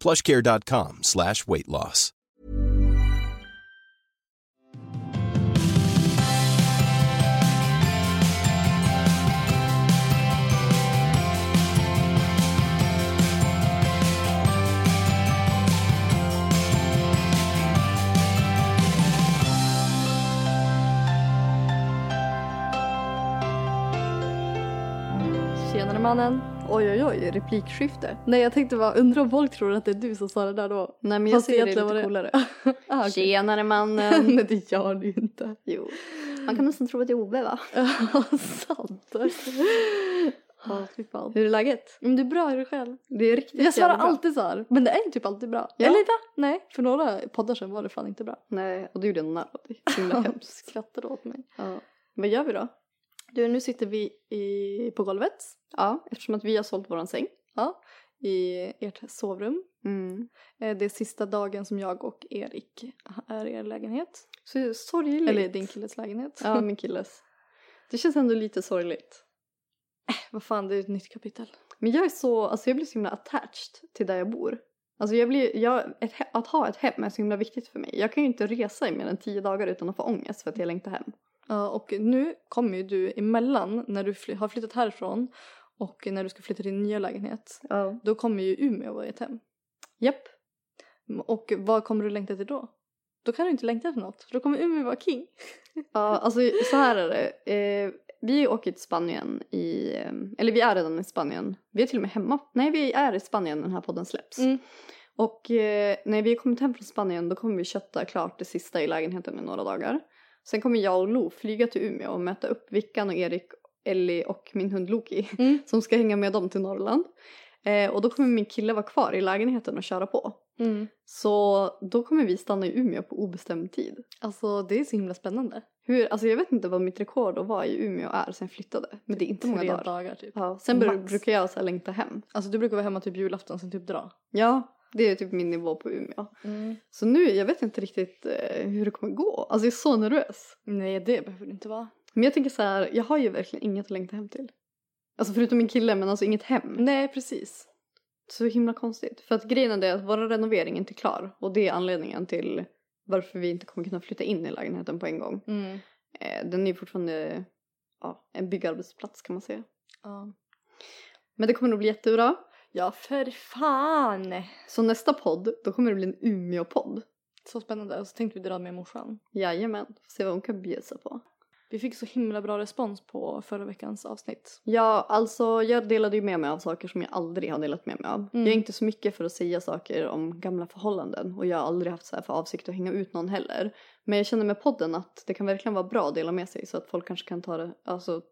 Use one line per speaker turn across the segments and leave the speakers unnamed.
plushcare.com slash weight loss.
Tjenare mannen. Oj oj oj, replikskifte. Nej jag tänkte bara, undra om folk tror att det är du som sa det där då?
Nej men jag
Fast
ser det
egentligen
lite
var det-
coolare.
Ah, okej.
Tjenare mannen.
Nej det gör du ju inte.
Jo. Man kan nästan tro att det är Ove va?
Ja, sant.
Ja, fy fan.
Hur Mm, är läget?
Men det är bra, hur är det själv?
Det är riktigt Jag svarar alltid så här, men det är ju typ alltid bra.
Ja.
Eller va? Nej, för några poddar sedan var det fan inte bra.
Nej, och du gjorde en narr av dig. Himla hemskt.
Skrattade åt mig.
Ja.
Vad gör vi då? Du, nu sitter vi i, på golvet. Ja, eftersom att vi har sålt våran säng. Ja, i ert sovrum.
Mm.
Eh, Det är sista dagen som jag och Erik är i er lägenhet.
Så sorgligt.
Eller din killes lägenhet.
Ja, min killes. Det känns ändå lite sorgligt.
Äh, Vad fan, det är ett nytt kapitel.
Men jag är så, alltså jag blir så himla attached till där jag bor. Alltså jag blir, jag, ett, he- att ha ett hem är så himla viktigt för mig. Jag kan ju inte resa i mer än tio dagar utan att få ångest för att jag längtar hem.
Ja, och nu kommer ju du emellan när du fly- har flyttat härifrån och när du ska flytta till din nya lägenhet.
Ja.
Då kommer ju Umeå vara ett hem.
Japp.
Mm, Och vad kommer du längta till då? Då kan du inte längta efter något, för då kommer Umeå vara king.
Ja, alltså så här är det. Eh, vi åker till Spanien i, eh, eller vi är redan i Spanien. Vi är till och med hemma. Nej, vi är i Spanien när den här podden släpps.
Mm.
Och eh, när vi har kommit hem från Spanien då kommer vi kötta klart det sista i lägenheten i några dagar. Sen kommer jag och Lo flyga till Umeå och möta upp Vickan och Erik, Ellie och min hund Loki
Mm.
som ska hänga med dem till Norrland. Eh, och då kommer min kille vara kvar i lägenheten och köra på.
Mm.
Så då kommer vi stanna i Umeå på obestämd tid.
Alltså det är så himla spännande.
Hur, alltså jag vet inte vad mitt rekord att vara i Umeå är sen jag flyttade. Men det är inte många
Tre
dagar.
typ.
Ja, sen bör,
Max.
brukar jag så här längta hem.
Alltså du brukar vara hemma typ julafton, sen typ dra. Mm.
Ja, det är typ min nivå på Umeå. Så nu, jag vet inte riktigt eh, hur det kommer gå. Alltså jag är så nervös.
Nej, det behöver det inte vara.
Men jag tänker så här, jag har ju verkligen inget att längta hem till. Alltså förutom min kille, men alltså inget hem.
Nej, precis.
Så himla konstigt. För att grejen är det att vår renovering är inte klar. Och det är anledningen till varför vi inte kommer kunna flytta in i lägenheten på en gång.
Mm.
Eh, den är ju fortfarande ja, en byggarbetsplats kan man säga.
Ja.
Men det kommer nog bli jättebra.
Ja, för fan!
Så nästa podd, då kommer det bli en Umeå-podd.
Så spännande. Och så tänkte vi dra med morsan.
Jajamän, får se vad hon kan bjussa på.
Vi fick så himla bra respons på förra veckans avsnitt.
Ja, alltså jag delade ju med mig av saker som jag aldrig har delat med mig av.
Mm.
Jag är inte så mycket för att säga saker om gamla förhållanden och jag har aldrig haft så här för avsikt att hänga ut någon heller. Men jag känner med podden att det kan verkligen vara bra att dela med sig så att folk kanske kan ta det, alltså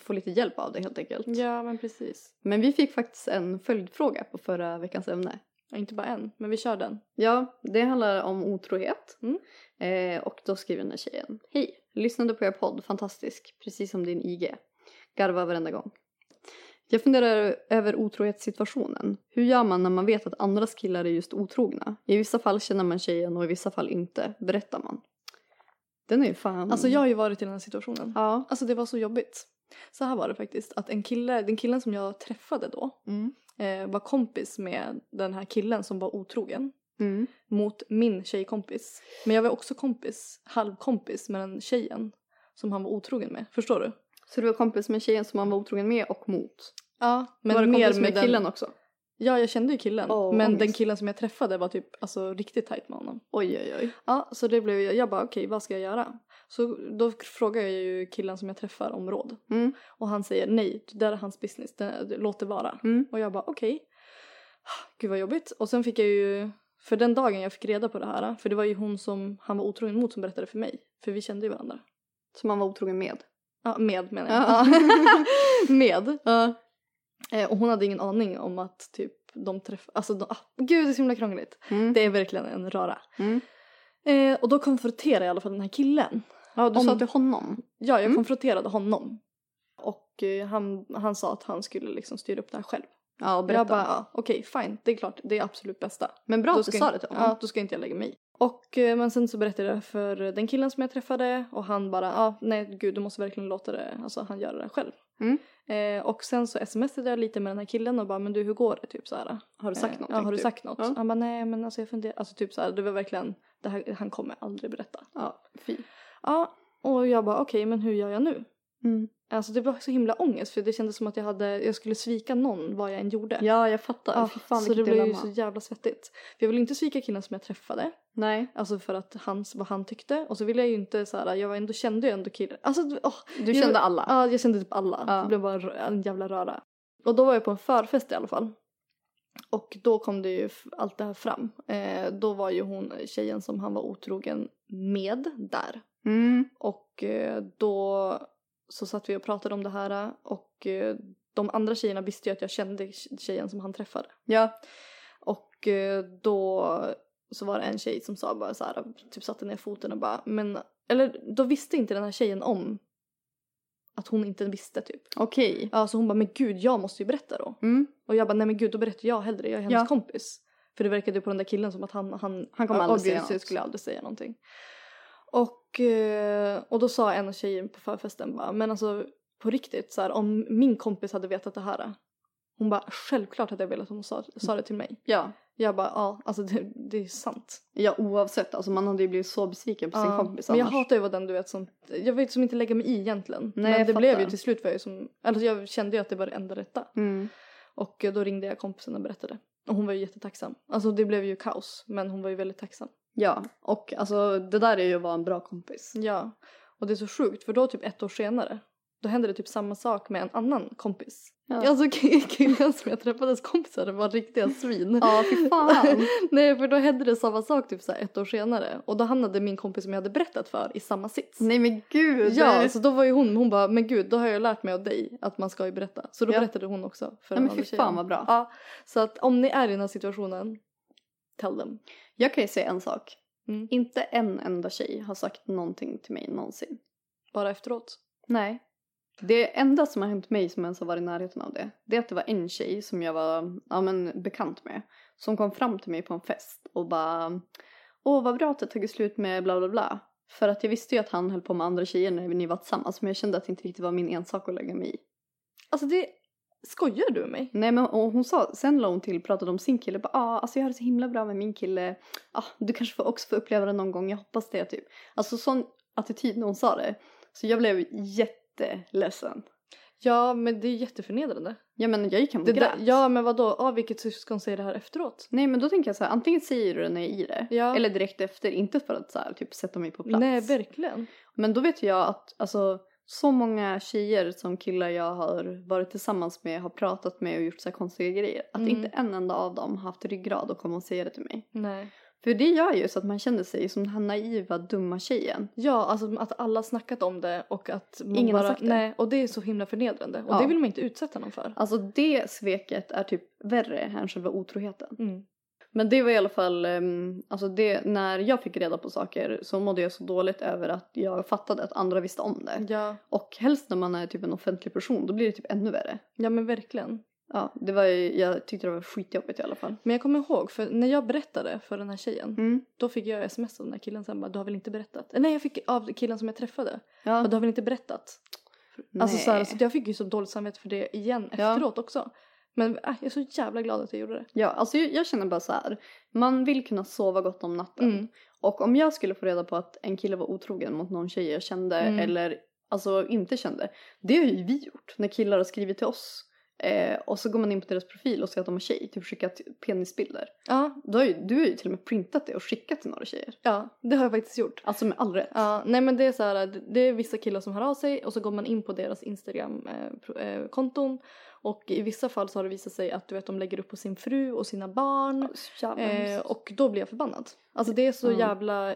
få lite hjälp av det helt enkelt.
Ja, men precis.
Men vi fick faktiskt en följdfråga på förra veckans ämne.
Ja, inte bara en, men vi kör den.
Ja, det handlar om otrohet.
Mm.
Eh, och då skriver den här tjejen. Hej, lyssnade på er podd, fantastisk, precis som din IG. Garva varenda gång. Jag funderar över otrohetssituationen. Hur gör man när man vet att andras killar är just otrogna? I vissa fall känner man tjejen och i vissa fall inte. Berättar man? Den är ju fan...
Alltså jag har ju varit i den här situationen.
Mm. Ja.
Alltså det var så jobbigt. Så här var det faktiskt. Att en kille, den killen som jag träffade då
Mm.
eh, var kompis med den här killen som var otrogen.
Mm.
Mot min tjejkompis. Men jag var också kompis, halvkompis med den tjejen som han var otrogen med. Förstår du?
Så du var kompis med tjejen som man var otrogen med och mot?
Ja, men
var du
mer
kompis
med,
med, killen
den...
också?
Ja, jag kände ju killen.
Åh,
men
ångest.
den killen som jag träffade var typ alltså, riktigt tajt med honom.
Oj, oj, oj.
Ja, så det blev jag. Jag bara okej, vad ska jag göra? Så då frågar jag ju killen som jag träffar om råd.
Mm.
Och han säger nej, det där är hans business, det, det, låt det vara.
Mm.
Och jag bara okej. Gud vad jobbigt. Och sen fick jag ju, för den dagen jag fick reda på det här, för det var ju hon som han var otrogen mot som berättade för mig. För vi kände ju varandra.
Som man var otrogen med.
Ja, med menar jag.
Ja.
med.
Ja.
Eh, och hon hade ingen aning om att typ de träffade, alltså de, ah, gud det är så himla krångligt.
Mm.
Det är verkligen en röra.
Mm.
Eh, och då konfronterade jag i alla fall den här killen.
Ja, du
Om-
sa Mm. till honom.
Ja, jag konfronterade honom. Och eh, han, han sa att han skulle liksom styra upp det här själv.
Ja, och
Och
berätta.
jag bara, ja, okej fine, det är klart, det är absolut bästa.
Men bra
Då
att du
ska
sa
inte-
det till honom.
Ja, då ska inte jag lägga mig i. Och eh, men sen så berättade jag för den killen som jag träffade och han bara, ja ah, nej gud du måste verkligen låta det, alltså han gör det själv.
Mm.
Eh, och sen så smsade jag lite med den här killen och bara, men du hur går det? Typ så här.
Har du sagt
Eh,
något?
Ja, har du
typ?
sagt något?
Ja.
Han bara, nej men alltså jag funderar, alltså typ så här, det var verkligen, det här, han kommer aldrig berätta.
Ja, fy.
Ja, och jag bara okej men hur gör jag nu?
Mm.
Alltså det var så himla ångest för det kändes som att jag hade, jag skulle svika någon vad jag än gjorde.
Ja, jag fattar.
Ja,
Fy fan,
så det
vilket
blev ju
dilemma.
så jävla svettigt. För jag ville inte svika killen som jag träffade.
Nej.
Alltså för att hans, vad han tyckte. Och så ville jag ju inte så här, jag var ändå, kände ju ändå killen. Alltså, åh,
Du
jag-
kände alla?
Ja, jag kände typ alla.
Ja.
Det blev bara rö- en jävla röra. Och då var jag på en förfest i alla fall. Och då kom det ju f- allt det här fram. Eh, då var ju hon tjejen som han var otrogen med där.
Mm.
Och eh, då så satt vi och pratade om det här och eh, de andra tjejerna visste ju att jag kände tjejen som han träffade.
Ja.
Och eh, då så var det en tjej som sa bara så här, typ satte ner foten och bara men eller då visste inte den här tjejen om att hon inte visste typ.
Okej.
Ja så hon bara men gud jag måste ju berätta då.
Mm.
Och jag bara nej men gud då berättar jag hellre, jag är hennes
Ja.
kompis. För det verkade ju på den där killen som att han, han,
Han kommer aldrig säga
obviously
något.
skulle aldrig säga någonting. Och, eh, och då sa en av tjejerna på förfesten bara, men alltså på riktigt så här, om min kompis hade vetat det här. Hon bara, självklart hade jag velat att hon sa, sa det till mig.
Ja.
Jag bara, ja alltså det, det är sant.
ja, oavsett. Alltså man hade ju blivit så besviken på sin
Ja,
kompis
men jag
annars.
hatar ju vad den du vet som, jag vet som inte lägga mig i egentligen. men
Nej,
det
jag
blev
fattar.
ju till slut var jag ju som, alltså jag kände ju att det var det enda rätta.
Mm.
Och eh, då ringde jag kompisen och berättade. Och hon var ju jättetacksam. Alltså det blev ju kaos men hon var ju väldigt tacksam.
Ja, och alltså det där är ju att vara en bra kompis.
Ja. Och det är så sjukt för då typ ett år senare då hände det typ samma sak med en annan kompis.
Ja.
Alltså ki- killen som jag träffades kompisar var riktiga svin.
Ja, fy fan.
Nej för då hände det samma sak typ så här ett år senare och då hamnade min kompis som jag hade berättat för i samma sits.
Nej men gud.
Ja, alltså-
det-
så då var ju hon, hon bara men gud då har jag lärt mig av dig att man ska ju berätta. Så då
Ja.
berättade hon också för
Nej,
den
men
andra
fy
tjejen.
fan vad bra.
Ja, så att om ni är i den här situationen, tell them.
Jag kan ju säga en sak.
Mm.
Inte en enda tjej har sagt någonting till mig någonsin.
Bara efteråt.
Nej. Det enda som har hänt mig som ens har varit i närheten av det, det är att det var en tjej som jag var ja, men, bekant med som kom fram till mig på en fest och bara Åh vad bra att det tagit slut med bla bla bla. För att jag visste ju att han höll på med andra tjejer när ni var tillsammans men jag kände att det inte riktigt var min ensak att lägga mig i.
Alltså det, skojar du med mig?
Nej men och hon sa, sen la hon till, pratade om sin kille, bara ah, alltså jag har det så himla bra med min kille, ah, du kanske får också får uppleva det någon gång, jag hoppas det typ. Alltså sån attityd när hon sa det. Så jag blev jätteledsen.
Ja men det är jätteförnedrande.
Jag menar jag gick hem och
Det
grät.
där, ja men vadå, ah, vilket syskon säger det här efteråt?
Nej men då tänker jag så här, antingen säger du det när jag är i det,
Ja.
eller direkt efter, inte för att så här, typ sätta mig på plats.
Nej verkligen.
Men då vet jag att alltså, så många tjejer som killar jag har varit tillsammans med har pratat med och gjort så här konstiga grejer. Att
Mm.
inte en enda av dem har haft ryggrad och komma och säga det till mig.
Nej.
För det gör ju så att man känner sig som den här naiva dumma tjejen.
Ja alltså att alla har snackat om det och att man
Ingen har
bara,
sagt det.
Nej och det är så himla förnedrande och
Ja.
det vill man inte utsätta någon för.
Alltså det sveket är typ värre än själva otroheten.
Mm.
Men det var i alla fall, ehm, alltså det, när jag fick reda på saker så mådde jag så dåligt över att jag fattade att andra visste om det.
Ja.
Och helst när man är typ en offentlig person då blir det typ ännu värre.
ja men verkligen.
Ja, det var ju, jag tyckte det var skitjobbigt i alla fall.
Men jag kommer ihåg, för när jag berättade för den här tjejen,
Mm.
då fick jag sms av den här killen sen bara, du har väl inte berättat? Eh, Nej, jag fick av killen som jag träffade,
Ja,
bara, du har väl inte berättat? Alltså så, här, så jag fick ju så dåligt samvete för det igen
Ja.
efteråt också. Men äh, jag är så jävla glad att jag gjorde det.
ja, alltså jag, jag känner bara så här. man vill kunna sova gott om natten.
Mm.
Och om jag skulle få reda på att en kille var otrogen mot någon tjej jag kände
Mm.
eller alltså inte kände. Det har ju vi gjort när killar har skrivit till oss Eh, och så går man in på deras profil och ser att de har tjej, typ skickat penisbilder.
Ja,
Du har ju, du har ju till och med printat det och skickat till några tjejer.
ja, det har jag faktiskt gjort.
Alltså med all rätt.
Ja, nej men det är så här, det- det är vissa killar som hör av sig och så går man in på deras eh, Instagram-konton och i vissa fall så har det visat sig att du vet de lägger upp på sin fru och sina barn.
Så jävla
Eh,
hemskt.
och då blir jag förbannad. Alltså det är så
Mm.
jävla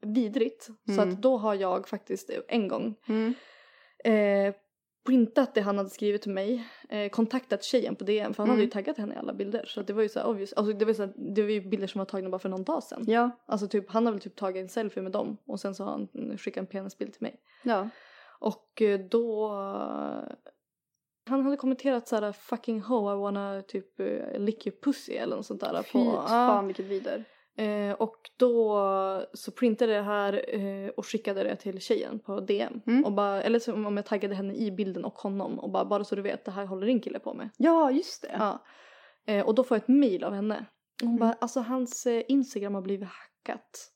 vidrigt. Så
Mm.
att då har jag faktiskt en gång
mm.
eh, printat det han hade skrivit till mig. Eh, kontaktat tjejen på DM för han hade
Mm.
ju taggat henne i alla bilder. Så att det var ju så här obvious. Alltså det var, ju så här, det var ju bilder som var tagna bara för någon dag sedan.
Ja,
Alltså typ han har väl typ tagit en selfie med dem och sen så har han mm, skickat en penisbild till mig.
ja.
Och eh, då... eh, Han hade kommenterat så här fucking ho I wanna typ eh, lick your pussy eller något sånt där.
Fy
ja.
fan vilket vider.
Eh, och då så printade jag det här eh, och skickade det till tjejen på DM.
Mm.
Och bara, eller så, om jag taggade henne i bilden och honom och bara, bara så du vet, det här håller din kille på med.
Ja, just det.
Ja. Eh, och då får jag ett mail av henne. Hon
Mm.
bara, alltså hans eh, Instagram har blivit hackat.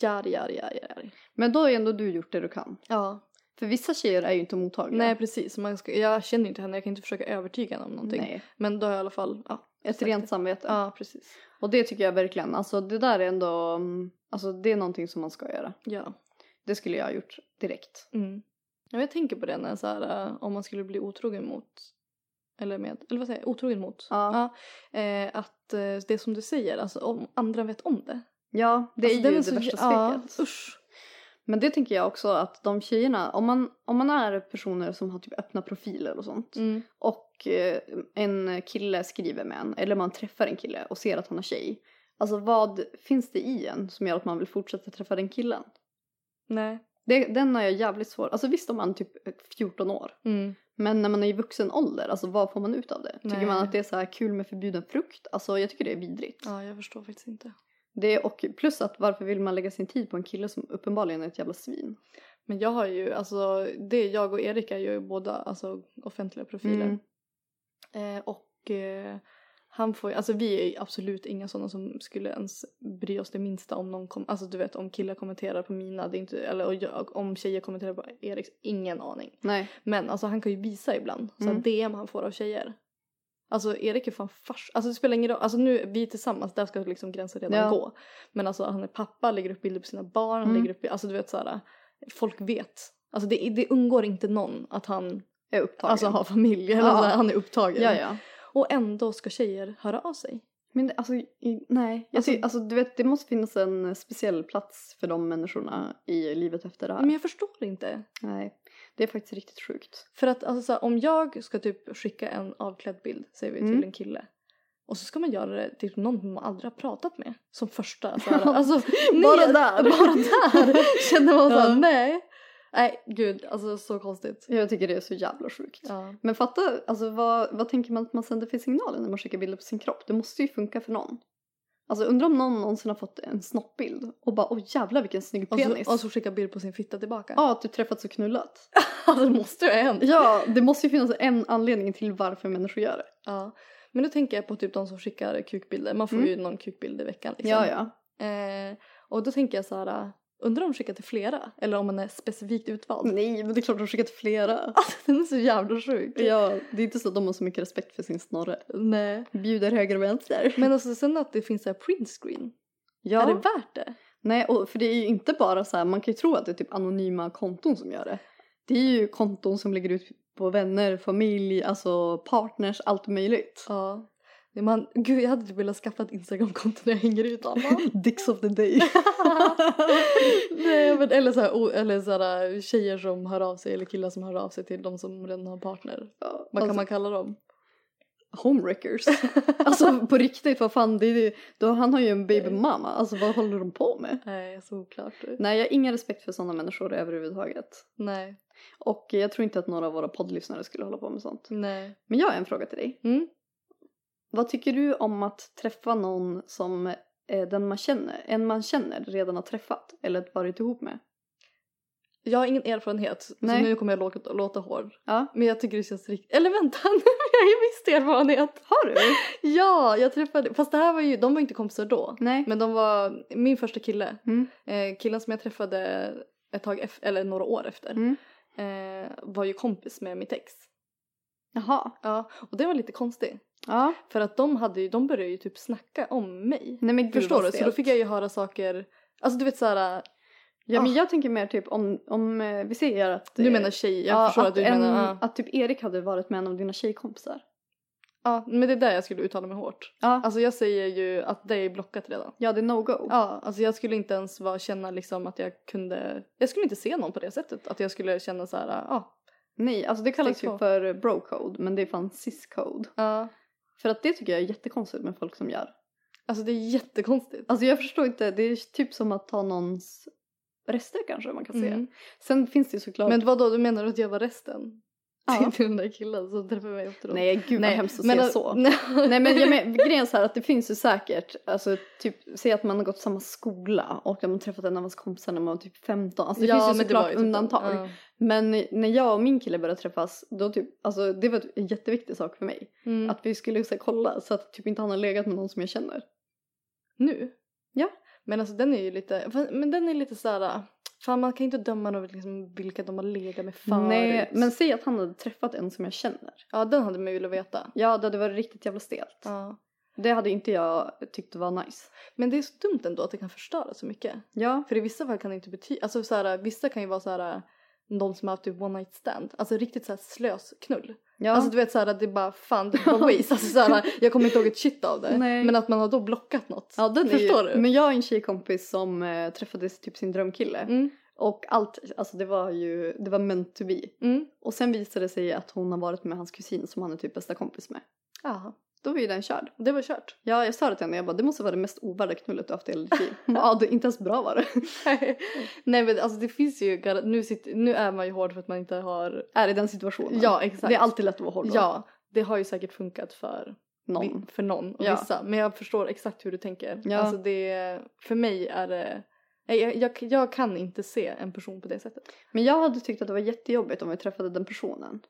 Jar, jar, jar, jar.
Men då har ju ändå du gjort det du kan.
Ja.
För vissa tjejer är ju inte mottagliga.
Nej precis, Man ska, jag känner inte henne, jag kan inte försöka övertyga henne om någonting.
Nej.
Men då har jag i alla fall, ja.
Ett
sagt
rent
det.
samvete.
Ja precis.
Och det tycker jag verkligen. Alltså det där är ändå, mm, alltså det är någonting som man ska göra.
Ja.
Det skulle jag ha gjort direkt.
Mm. Ja, men jag tänker på det när jag så här, eh, om man skulle bli otrogen mot eller med, eller vad säger jag, otrogen mot.
Ja.
Ja, eh, att eh, det som du säger, alltså om andra vet om det.
Ja, det
alltså,
är ju
väl
det
så-
värsta
ja,
sveket.
usch.
Men det tänker jag också att de tjejerna, om man, om man är personer som har typ öppna profiler och sånt
Mm.
och eh, en kille skriver med en eller man träffar en kille och ser att han har tjej. Alltså vad finns det i en som gör att man vill fortsätta träffa den killen?
Nej.
Det, den har jag jävligt svår, alltså visst om man är typ 14 år
Mm.
men när man är i vuxen ålder, alltså vad får man ut av det? Tycker
Nej.
man att det är så här kul med förbjuden frukt? Alltså jag tycker det är vidrigt.
Ja, jag förstår faktiskt inte.
Det, och plus att varför vill man lägga sin tid på en kille som uppenbarligen är ett jävla svin?
Men jag har ju, alltså det jag och Erik är ju båda alltså, offentliga profiler. Eh, och eh, han får ju- alltså vi är ju absolut inga sådana som skulle ens bry oss det minsta om någon kom, alltså du vet om killar kommenterar på mina, det är inte, eller och jag, om tjejer kommenterar på Eriks, ingen aning.
Nej.
Men alltså han kan ju visa ibland, så
Mm.
att DM han får av tjejer. Alltså Erik är fan fars, alltså det spelar ingen roll, alltså nu vi är tillsammans, där ska liksom gränsen redan
Ja.
gå. Men alltså han är pappa, lägger upp bilder på sina barn, han
Mm.
lägger upp, alltså du vet såhär, folk vet. Alltså det, det undgår inte någon att han
Är upptagen.
alltså, har familj, eller
Ja.
så här, han är upptagen.
ja, ja.
Och ändå ska tjejer höra av sig.
Men det, alltså, i, nej. Jag
Alltså-
ty, alltså du vet, det måste finnas en speciell plats för de människorna i livet efter det här.
Men jag förstår inte.
Nej. Det är faktiskt riktigt sjukt.
För att alltså, så här, om jag ska typ skicka en avklädd bild, säger vi till
Mm.
en kille. Och så ska man göra det till någon man aldrig har pratat med. Som första. Så här, alltså, nej,
Bara där.
Bara där känner man
Ja.
såhär, nej. Nej, gud. Alltså så konstigt.
Jag tycker det är så jävla sjukt.
Ja.
Men fatta, alltså vad, vad tänker man att man sänder för signaler när man skickar bilder på sin kropp? Det måste ju funka för någon. Alltså undrar om någon någonsin har fått en snoppbild och bara åh jävlar vilken snygg
Och,
penis.
så, och så skicka bild på sin fitta tillbaka.
Ja, att du träffats och knullat.
Alltså det måste ju ha hänt.
Ja, det måste ju finnas en anledning till varför människor gör det.
Ja. Men då tänker jag på typ de som skickar kukbilder. Man får
Mm.
ju någon kukbild i veckan. Liksom.
Ja, ja.
Eh, och då tänker jag så här, eh, undrar om de skickar till flera eller om man är specifikt utvald.
Nej, men det är klart de har skickat flera.
Alltså, Den är så jävla sjuk.
Ja, det är inte så att de har så mycket respekt för sin snorre.
Nej.
Bjuder höger och vänster.
Men alltså sen att det finns så här print screen.
Ja.
Är det värt det?
Nej, och för det är ju inte bara så här, man kan ju tro att det är typ anonyma konton som gör det. Det är ju konton som lägger ut på vänner, familj, alltså partners, allt möjligt.
Ja. Det Man, gud jag hade typ velat skaffa ett instagramkonto när jag hänger ut alla.
Dicks of the day.
Nej men eller så här, o- eller så här eh, tjejer som hör av sig eller killar som hör av sig till de som redan har partner.
Ja,
Vad
alltså,
kan man kalla dem?
Homewreckers. alltså på riktigt, vad fan, det är ju, då, han har ju en baby mama. Alltså vad håller de på med?
Nej så oklart.
Nej, jag har ingen respekt för sådana människor överhuvudtaget.
Nej.
Och jag tror inte att några av våra poddlyssnare skulle hålla på med sånt.
Nej.
Men jag har en fråga till dig.
Mm.
Vad tycker du om att träffa någon som eh, den man känner, en man känner redan har träffat eller varit ihop med?
Jag har ingen erfarenhet
Nej.
så nu kommer jag låta, låta hård.
Ja.
Men jag tycker det känns riktigt... Eller vänta, nu har jag ju visst erfarenhet.
Har du?
Ja, jag träffade... Fast det här var ju... De var inte kompisar då.
Nej.
Men de var min första kille.
Mm.
Eh, killen som jag träffade ett tag, eff- eller några år efter.
Mm.
Eh, var ju kompis med mitt ex.
Jaha.
Ja, och det var lite konstigt.
Ja.
För att de, hade ju, de började ju typ snacka om mig.
Nej men Mm. gud
Förstår
vad
du? Så då
stelt.
fick jag ju höra saker, alltså du vet såhär,
Ja men
Ah.
jag tänker mer typ om, om eh, vi säger att...
du
eh,
menar tjej, jag
ja,
förstår att du
en,
menar, ah. ja.
Att typ Erik hade varit med en av dina tjejkompisar.
ja. Men det är där jag skulle uttala mig hårt.
Ja.
Alltså jag säger ju att det är blockat redan.
ja det är no-go.
Ja, alltså jag skulle inte ens vara, känna liksom att jag kunde, jag skulle inte se någon på det sättet. Att jag skulle känna så här, ja.
Nej alltså det kallas
Steg
ju
två. Ah.
för bro-code men det är fan cis-code.
ja.
För att det tycker jag är jättekonstigt med folk som gör.
Alltså det är jättekonstigt.
Alltså jag förstår inte, det är typ som att ta någons rester kanske man kan säga.
Mm.
Sen finns det ju såklart...
Men vad då du menar att jag var resten?
Ja.
Till den där killen som träffade mig efteråt.
Nej gud vad hemskt att
men- alltså-
säga så.
Nej,
Nej men, jag men grejen är så här att det finns ju säkert, alltså typ säg att man har gått samma skola och att man träffat en av hans kompisar när man var typ 15. Alltså det finns ju
men
såklart
var typ
undantag.
den. Ja.
Men när jag och min kille började träffas då typ, alltså det var en jätteviktig sak för mig.
Mm.
Att vi skulle så här, kolla så att typ inte han har legat med någon som jag känner.
Nu?
Ja.
Men alltså den är ju lite, fan, men den är lite såhär, fan man kan inte döma dem liksom vilka de har legat med förut.
Nej men säg att han hade träffat en som jag känner.
Ja den hade man ju velat veta.
Ja det hade varit riktigt jävla stelt.
Ja.
Det hade inte jag tyckt var nice.
Men det är så dumt ändå att det kan förstöra så mycket.
Ja.
För i vissa fall kan det inte betyda, alltså såhär, vissa kan ju vara såhär de som har haft typ one night stand, alltså riktigt såhär slösknull.
ja.
Alltså du vet såhär att det är bara fan det var waste, alltså såhär jag kommer inte ihåg ett shit av det.
Nej.
Men att man har då blockat något.
Ja, den
Förstår
är ju,
du?
Men jag har en tjejkompis som eh, träffade typ sin drömkille.
Mm.
Och allt, alltså det var ju, det var meant to be.
Mm.
Och sen visade det sig att hon har varit med hans kusin som han är typ bästa kompis med.
Jaha.
Då var ju den körd.
Det var kört.
Ja, jag sa det till henne, jag bara det måste vara det mest ovärda knullet du haft i hela ditt liv. Hon bara, ja, det, inte ens bra var det.
Alltså, Nej men alltså det finns ju, gar- nu, sitter, nu är man ju hård för att man inte har,
Är i den situationen.
ja exakt.
Det är alltid lätt att vara hård då.
Ja, det har ju säkert funkat för
Någon.
för någon och
Ja.
vissa. Men jag förstår exakt hur du tänker.
Ja.
Alltså det, för mig är det, nej, jag, jag, jag kan inte se en person på det sättet.
Men jag hade tyckt att det var jättejobbigt om vi träffade den personen.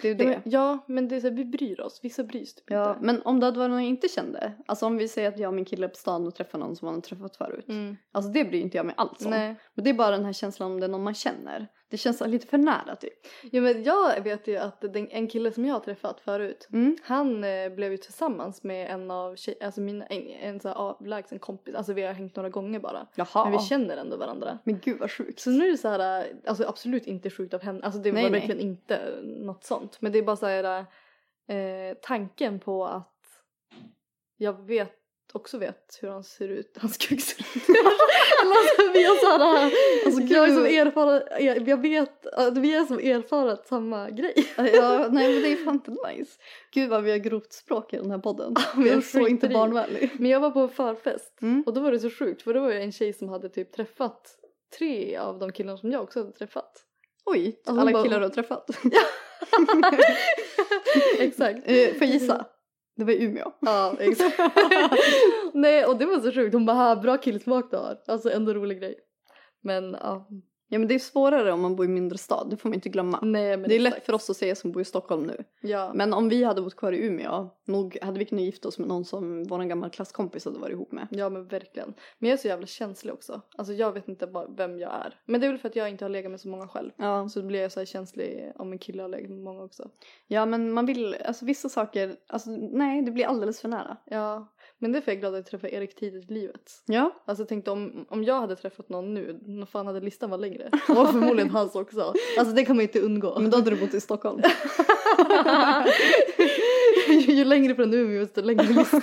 Det är ju det.
Ja, men- Ja, men det är så här, vi bryr oss. Vissa bryr sig typ
Ja,
inte.
men om det hade varit någon jag inte kände. Alltså om vi säger att jag och min kille är på stan och träffar någon som man har träffat förut.
Mm.
Alltså det bryr inte jag mig alls om.
Nej.
Men det är bara den här känslan om det är någon man känner. Det känns lite för nära typ.
Ja, men jag vet ju att den, en kille som jag har träffat förut,
Mm.
han eh, blev ju tillsammans med en av tjej, alltså min, en, en så här avlägsen kompis. Alltså vi har hängt några gånger bara.
Jaha.
Men vi känner ändå varandra.
Men gud vad sjukt.
Så nu är det så här, eh, alltså absolut inte sjukt av henne, alltså det
Nej,
var
nej.
verkligen inte något sånt. Men det är bara så här eh, tanken på att jag vet, också vet hur han ser ut, hans kuk ser ut. Eller alltså vi är så här,
Alltså, gud.
jag är som erfaren, jag jag vet, att vi är som erfaret samma grej.
ja, nej men det är fan inte nice. Gud vad vi har grovt språk i den här podden. vi är
jag
så inte
skiter i.
barnvänlig.
Men jag var på en förfest
Mm.
och då var det så sjukt för då var det en tjej som hade typ träffat tre av de killarna som jag också hade träffat.
Oj,
Alltså, hon
alla
bara-
killar du har träffat.
Exakt.
Eh, Får jag gissa? Det var i Umeå.
Ja, exakt. Nej, och det var så sjukt. Hon bara, "Ha, bra killsmak du har. Alltså ändå rolig grej. Men ja,
Ja men det är svårare om man bor i mindre stad, det får man inte glömma.
nej men
det är lätt
exakt.
för oss att säga som bor i Stockholm nu.
Ja,
Men om vi hade bott kvar i Umeå, nog hade vi kunnat gifta oss med någon som vår gammal klasskompis hade varit ihop med.
ja men verkligen. Men jag är så jävla känslig också. Alltså jag vet inte vad, vem jag är. Men det är väl för att jag inte har legat med så många själv.
Ja.
Så då blir jag så här känslig om en kille har legat med många också.
ja men man vill, alltså vissa saker, alltså nej det blir alldeles för nära.
Ja, men därför är jag glad att jag träffade Erik tidigt i livet.
Ja.
Alltså jag tänkte om, om jag hade träffat någon nu, nå fan hade listan varit längre. Och förmodligen hans också. Alltså det kan man ju inte undgå.
Men då hade du bott i Stockholm.
ju, ju längre från Umeå desto längre lista.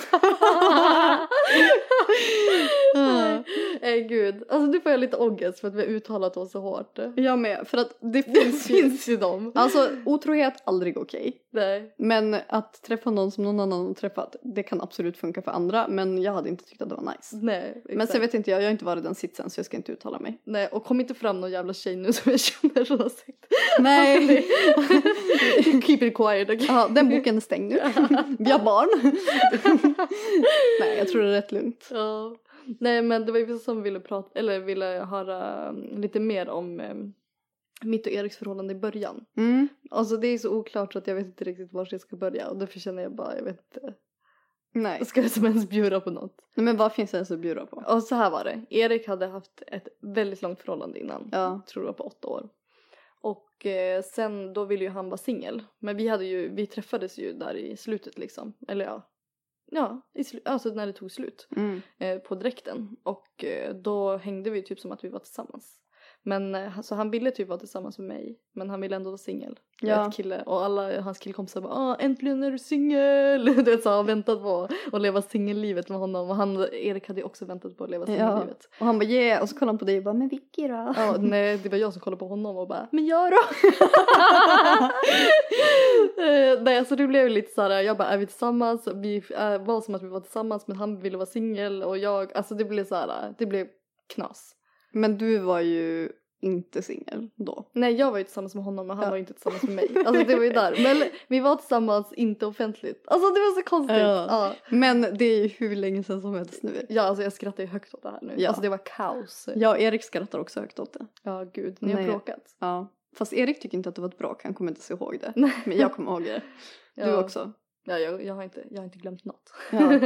Nej, Nej gud. Alltså nu får jag lite ångest för att vi har uttalat oss så hårt.
Jag med, för att det
Det
finns ju...
finns ju dem.
Alltså otrohet, aldrig okej.
Nej.
Men att träffa någon som någon annan har träffat, det kan absolut funka för andra. Men jag hade inte tyckt att det var nice.
Nej,
Men
exakt.
sen vet inte jag, jag har inte varit i den sitsen så jag ska inte uttala mig.
Nej, och kom inte fram någon jävla tjej nu som jag känner som har sagt.
Nej.
Keep it quiet okay?
Ja, den boken är stängd nu. Vi har barn. Nej, jag tror det är rätt lugnt.
Ja. Nej men det var ju vissa som ville prata, eller ville höra um, lite mer om um, mitt och Eriks förhållande i början.
Mm.
Alltså det är så oklart så att jag vet inte riktigt var jag ska börja och därför känner jag bara, jag vet inte.
Nej.
Ska jag som ens bjuda på något?
Nej, men vad finns det ens att bjuda på?
Och så här var det. Erik hade haft ett väldigt långt förhållande innan.
Ja.
Tror jag var på åtta år. Och Och eh, sen då ville ju han vara singel. Men vi hade ju, vi träffades ju där i slutet liksom. Eller ja, ja i slu- alltså när det tog slut
Mm.
eh, på dräkten. Och eh, då hängde vi typ som att vi var tillsammans. Men eh, så han ville typ vara tillsammans med mig. Men han ville ändå vara singel.
Ja.
Ja. Kille, och alla hans killkompisar bara ah, äntligen är du singel. Du vet så han har väntat på att leva singellivet med honom. Och han, Erik hade ju också väntat på att leva singellivet.
Och han bara yeah och så kollar han på dig och bara men Vicky då?
Ja, nej, det var jag som kollade på honom och bara, men jag då? Eh, nej, så det blev lite så här, jag bara, är vi tillsammans? Vi eh, var som att vi var tillsammans men han ville vara singel och jag, alltså det blev så här, det blev knas.
Men du var ju inte singel då.
Nej, jag var ju tillsammans med honom men han
Ja.
var ju inte tillsammans med mig. Alltså det var ju där. Men vi var tillsammans, inte offentligt. Alltså det var så konstigt.
Ja.
Ja, ja.
Men det är ju hur länge sedan som helst nu.
alltså jag skrattar ju högt åt det här nu.
Ja.
Alltså det var kaos.
Jag och Erik skrattar också högt åt det.
Ja, gud, ni har
Nej.
bråkat.
Ja. Fast Erik tycker inte att det var ett bråk, han kommer inte se ihåg det.
Nej.
Men jag kommer ihåg det. Du
Ja.
också.
Ja, jag, jag, har inte, jag har inte glömt något.
Ja.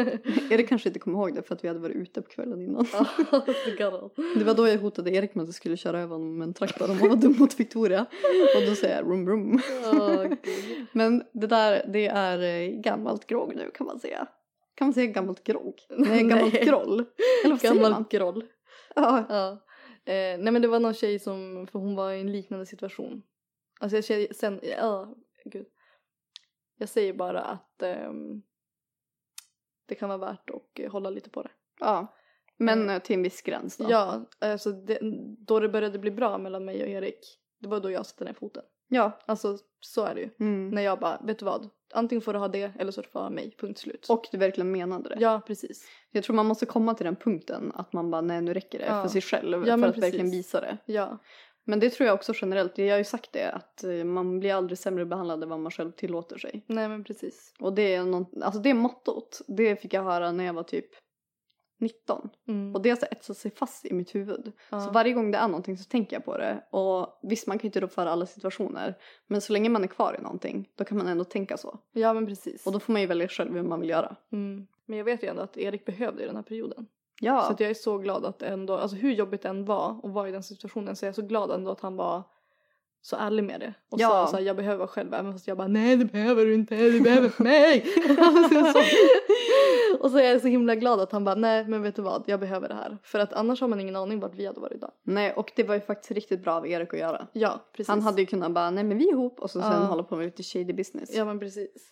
Erik kanske inte kommer ihåg det för att vi hade varit ute på kvällen innan.
Ja, så galet.
Det var då jag hotade Erik med att jag skulle köra över honom med en traktor om han var dum mot Victoria. Och då säger jag rum rum.
Åh, gud.
Men det där det är eh, gammalt grogg nu kan man säga. Kan man säga gammalt grogg? Nej, gammalt
Nej.
groll. Eller vad säger man?
Gammal groll.
Ja.
Ja. Eh, nej men det var någon tjej som, för hon var i en liknande situation. Alltså jag känner, sen, ja, gud. Jag säger bara att ehm, det kan vara värt att eh, hålla lite på det.
ja. Men eh, till en viss gräns då.
Ja, alltså det, då det började bli bra mellan mig och Erik, det var då jag satte ner foten.
ja.
Alltså så är det ju.
Mm.
När jag bara, vet du vad? Antingen får du ha det eller så får du ha mig, punkt slut.
Och du verkligen menade det.
ja, precis.
Jag tror man måste komma till den punkten att man bara nej nu räcker det
Ja.
för sig själv
Ja,
för
men
att verkligen
precis.
visa det.
Ja,
Men det tror jag också generellt, jag har ju sagt det att eh, man blir aldrig sämre behandlad än vad man själv tillåter sig.
nej men precis.
Och det är någon, alltså det mottot, det fick jag höra när jag var typ 19.
Mm.
Och det har så etsat sig fast i mitt huvud.
ja.
Så varje gång det är någonting så tänker jag på det. Och visst man kan ju inte rå för alla situationer. Men så länge man är kvar i någonting då kan man ändå tänka så.
ja, men precis.
Och då får man ju välja själv hur man vill göra.
Mm. Men jag vet ju ändå att Erik behövde ju den här perioden.
Ja.
Så att jag är så glad att ändå, alltså hur jobbigt det än var och var i den situationen så är jag så glad ändå att han var så ärlig med det. Och
Ja.
sa så här, jag behöver vara själv även fast jag bara nej det behöver du inte, du behöver mig. Alltså, så. och så är jag så himla glad att han bara nej men vet du vad jag behöver det här. För att annars har man ingen aning vart vi hade varit idag.
Nej och det var ju faktiskt riktigt bra av Erik att göra.
Ja precis.
Han hade ju kunnat bara nej men vi är ihop och så sen
Ja.
hålla på med lite shady business.
Ja men precis.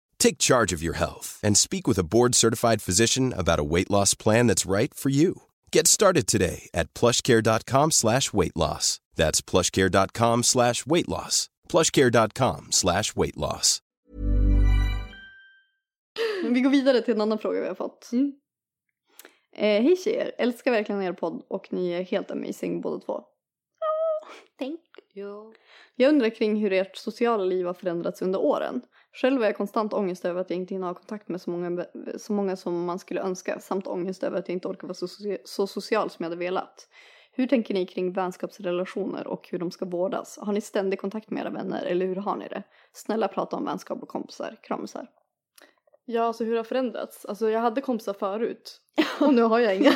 Take charge of your health and speak with a board-certified physician about a weight loss plan that's right for you. Get started today at plushcare.com slash weight loss. That's plushcare.com slash weight loss. plushcare.com slash weight loss.
Men vi går vidare till en annan fråga vi har fått.
Mm.
Eh, Hej tjejer, älskar verkligen er podd och ni är helt amazing båda två.
Thank you.
Jag undrar kring hur ert sociala liv har förändrats under åren. Själv har jag konstant ångest över att jag inte hinner ha kontakt med så många, så många som man skulle önska samt ångest över att jag inte orkar vara så, soci- så social som jag hade velat. Hur tänker ni kring vänskapsrelationer och hur de ska vårdas? Har ni ständig kontakt med era vänner eller hur har ni det? Snälla prata om vänskap och kompisar. Kramsar.
Ja, alltså hur det har förändrats. Alltså jag hade kompisar förut och nu har jag inga.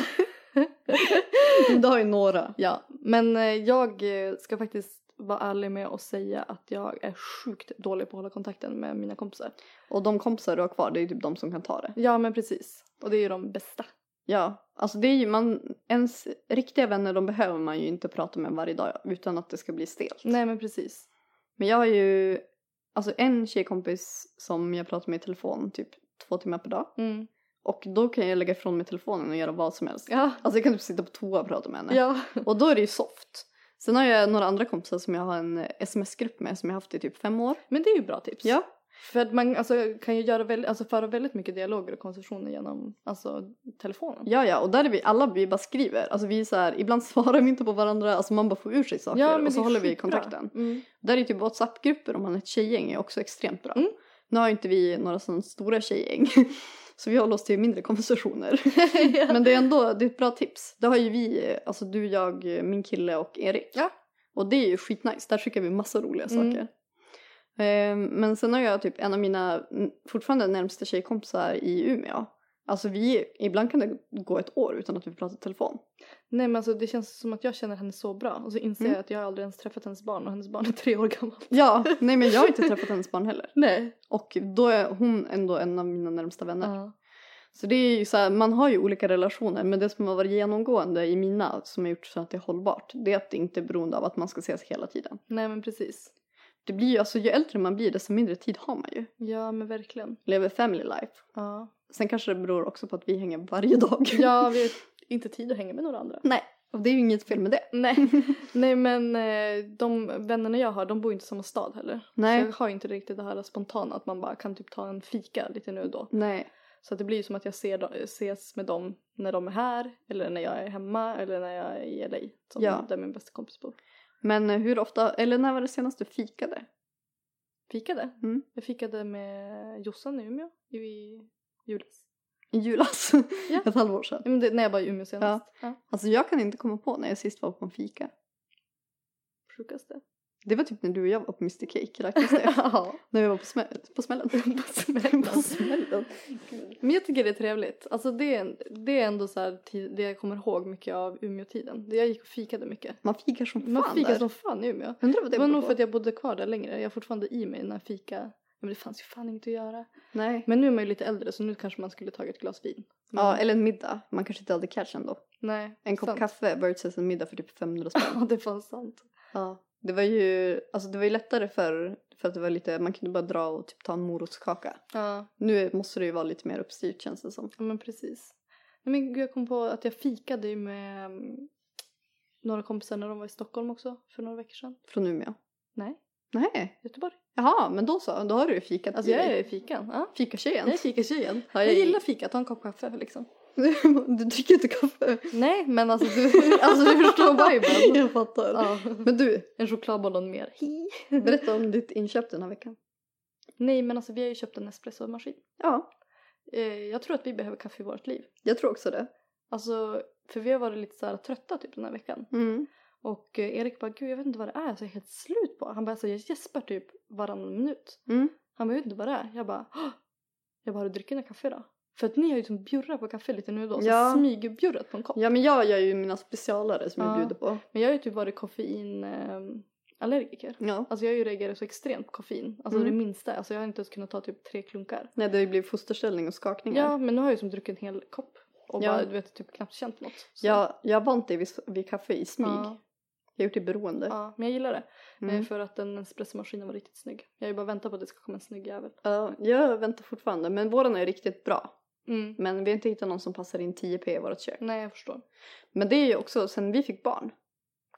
Du har ju några.
ja, men eh, jag eh, ska faktiskt vara ärlig med och säga att jag är sjukt dålig på att hålla kontakten med mina kompisar.
Och de kompisar du har kvar, det är ju typ de som kan ta det.
Ja, men precis. Och det är ju de bästa.
Ja, alltså det är ju man, ens riktiga vänner de behöver man ju inte prata med varje dag utan att det ska bli stelt.
Nej, men precis.
Men jag har ju alltså en tjejkompis som jag pratar med i telefon typ två timmar per dag.
Mm.
Och då kan jag lägga ifrån mig telefonen och göra vad som helst.
Ja.
Alltså jag kan typ sitta på toa och prata med henne.
Ja.
Och då är det ju soft. Sen har jag några andra kompisar som jag har en eh, sms-grupp med som jag haft i typ fem år.
Men det är ju bra tips.
Ja.
För att man alltså, kan ju göra väldigt, alltså, föra väldigt mycket dialoger och konversationer genom alltså, telefonen.
Ja, ja, och där är vi, alla vi bara skriver. Alltså vi är så här, ibland svarar vi inte på varandra, alltså man bara får ur sig saker och så
det är
håller vi
skitbra.
kontakten.
Mm.
Där är ju typ WhatsApp-grupper om man är ett tjejgäng är också extremt bra.
Mm.
Nu har ju inte vi några sådana stora tjejgäng, så vi håller oss till mindre konversationer. Men det är ändå, det är ett bra tips. Det har ju vi, alltså du, jag, min kille och Erik.
Ja.
Och det är ju skitnice, där skickar vi massa roliga
Mm.
saker. Ehm, Men sen har jag typ en av mina mm, fortfarande närmsta tjejkompisar i Umeå. Alltså vi, ibland kan det gå ett år utan att vi pratar i telefon.
Nej men alltså det känns som att jag känner henne så bra och så inser
Mm.
jag att jag har aldrig ens träffat hennes barn och hennes barn är tre år gammalt.
Ja, nej men jag har inte träffat hennes barn heller.
Nej.
Och då är hon ändå en av mina närmsta vänner.
Ja.
Så det är ju så här, man har ju olika relationer men det som har varit genomgående i mina som har gjort så att det är hållbart det är att det inte är beroende av att man ska ses hela tiden.
Nej men precis.
Det blir ju, alltså ju äldre man blir desto mindre tid har man ju.
Ja men verkligen.
Lever family life.
Ja.
Sen kanske det beror också på att vi hänger varje dag.
Ja vi har inte tid att hänga med några andra.
Nej, och det är ju inget fel med det.
Nej. Nej men eh, de vännerna jag har de bor ju inte i samma stad heller. Så
Nej.
jag har ju inte riktigt det här spontana att man bara kan typ ta en fika lite nu och då.
Nej.
Så att det blir ju som att jag ser, de- ses med dem när de är här eller när jag är hemma eller när jag är i LA. Som
Ja.
Där min bästa kompis bor.
Men eh, hur ofta, eller när var det senast du fikade?
Fikade.
Mm.
Jag fikade med Jossan i Umeå i julas.
I julas.
Ja.
Ett halvår sedan.
Ja, men det, när jag var i Umeå senast. Ja.
Alltså jag kan inte komma på när jag sist var på en fika.
Sjukaste.
Det var typ när du och jag var på Mr Cake, räknas det?
Ja.
När vi var på, smä- på smällen. på smällen. på smällen.
Men jag tycker det är trevligt. Alltså det är, en- det är ändå så här ti- det jag kommer ihåg mycket av Umeå-tiden. Det- Jag gick och fikade mycket.
Man fikar som fan
Man fikade
där.
som fan i Umeå.
Undrar vad
Det
det
var nog
på.
för att jag bodde kvar där längre. Jag har fortfarande i mig den här fika. Ja, Men det fanns ju fan inget att göra.
Nej.
Men nu är man ju lite äldre så nu kanske man skulle tagit ett glas vin. Men-
Ja, eller en middag. Man kanske inte hade cash ändå.
Nej.
En kopp
sant.
kaffe versus en middag för typ 500 spänn.
Ja, det är fan sant.
Ja, det var ju, alltså det var ju lättare för, för att det var lite, man kunde bara dra och typ ta en morotskaka.
Ja,
Nu måste det ju vara lite mer uppstyrt känns det som.
ja, men precis. Nej, men gud, jag kom på att jag fikade ju med mm, några kompisar när de var i Stockholm också för några veckor sedan.
Från Umeå.
Nej,
Nej,
Göteborg.
jaha, men då så, då har du ju fikat
Alltså
i
jag
dig.
är i fikan. Ja.
fikatjejen.
Jag är fikatjejen.
Ja,
jag
jag-
gillar fika, ta en kopp kaffe liksom.
du dricker inte kaffe.
Nej men alltså du, alltså, du förstår viben.
Jag fattar.
Ja.
Men du,
En chokladboll och en mer. Hi.
berätta om ditt inköp den här veckan.
Nej men alltså vi har ju köpt en espressomaskin.
Ja,
Eh, jag tror att vi behöver kaffe i vårt liv.
jag tror också det.
Alltså för vi har varit lite så här trötta typ den här veckan.
Mm.
Och eh, Erik bara, gud jag vet inte vad det är, så jag är helt slut på. Han bara, alltså, jag gäspar typ varannan minut.
Mm.
Han bara, jag vet inte vad det är. Jag bara, Hå! jag bara, har du druckit något kaffe då? För att ni har ju som bjurrat på kaffe lite nu och då, så
Ja.
smyger bjurrat på en kopp.
Ja, men jag gör ju mina specialare som
Ja.
jag bjuder på.
Men jag har ju typ varit ehm, koffeinallergiker.
Ja.
Alltså jag har ju reagerat så extremt på koffein, alltså
Mm.
det minsta. Alltså jag har inte ens kunnat ta typ tre klunkar.
Nej, det har ju blivit fosterställning och skakningar.
Ja, men nu har jag ju som druckit en hel kopp och
Ja.
bara, du vet, typ knappt känt något. Så-
Jag, jag har vant dig vid, vid kaffe i smyg.
Liksom. Ja.
Jag har gjort dig beroende.
ja, men jag gillar det.
Mm.
Eh, För att den espressomaskinen var riktigt snygg. Jag har ju bara väntat på att det ska komma en snygg jävel.
Ja, jag väntar fortfarande. Men våran är riktigt bra.
Mm.
Men vi har inte hittat någon som passar in 10p i vårt kök.
Nej, jag förstår.
Men det är ju också sen vi fick barn.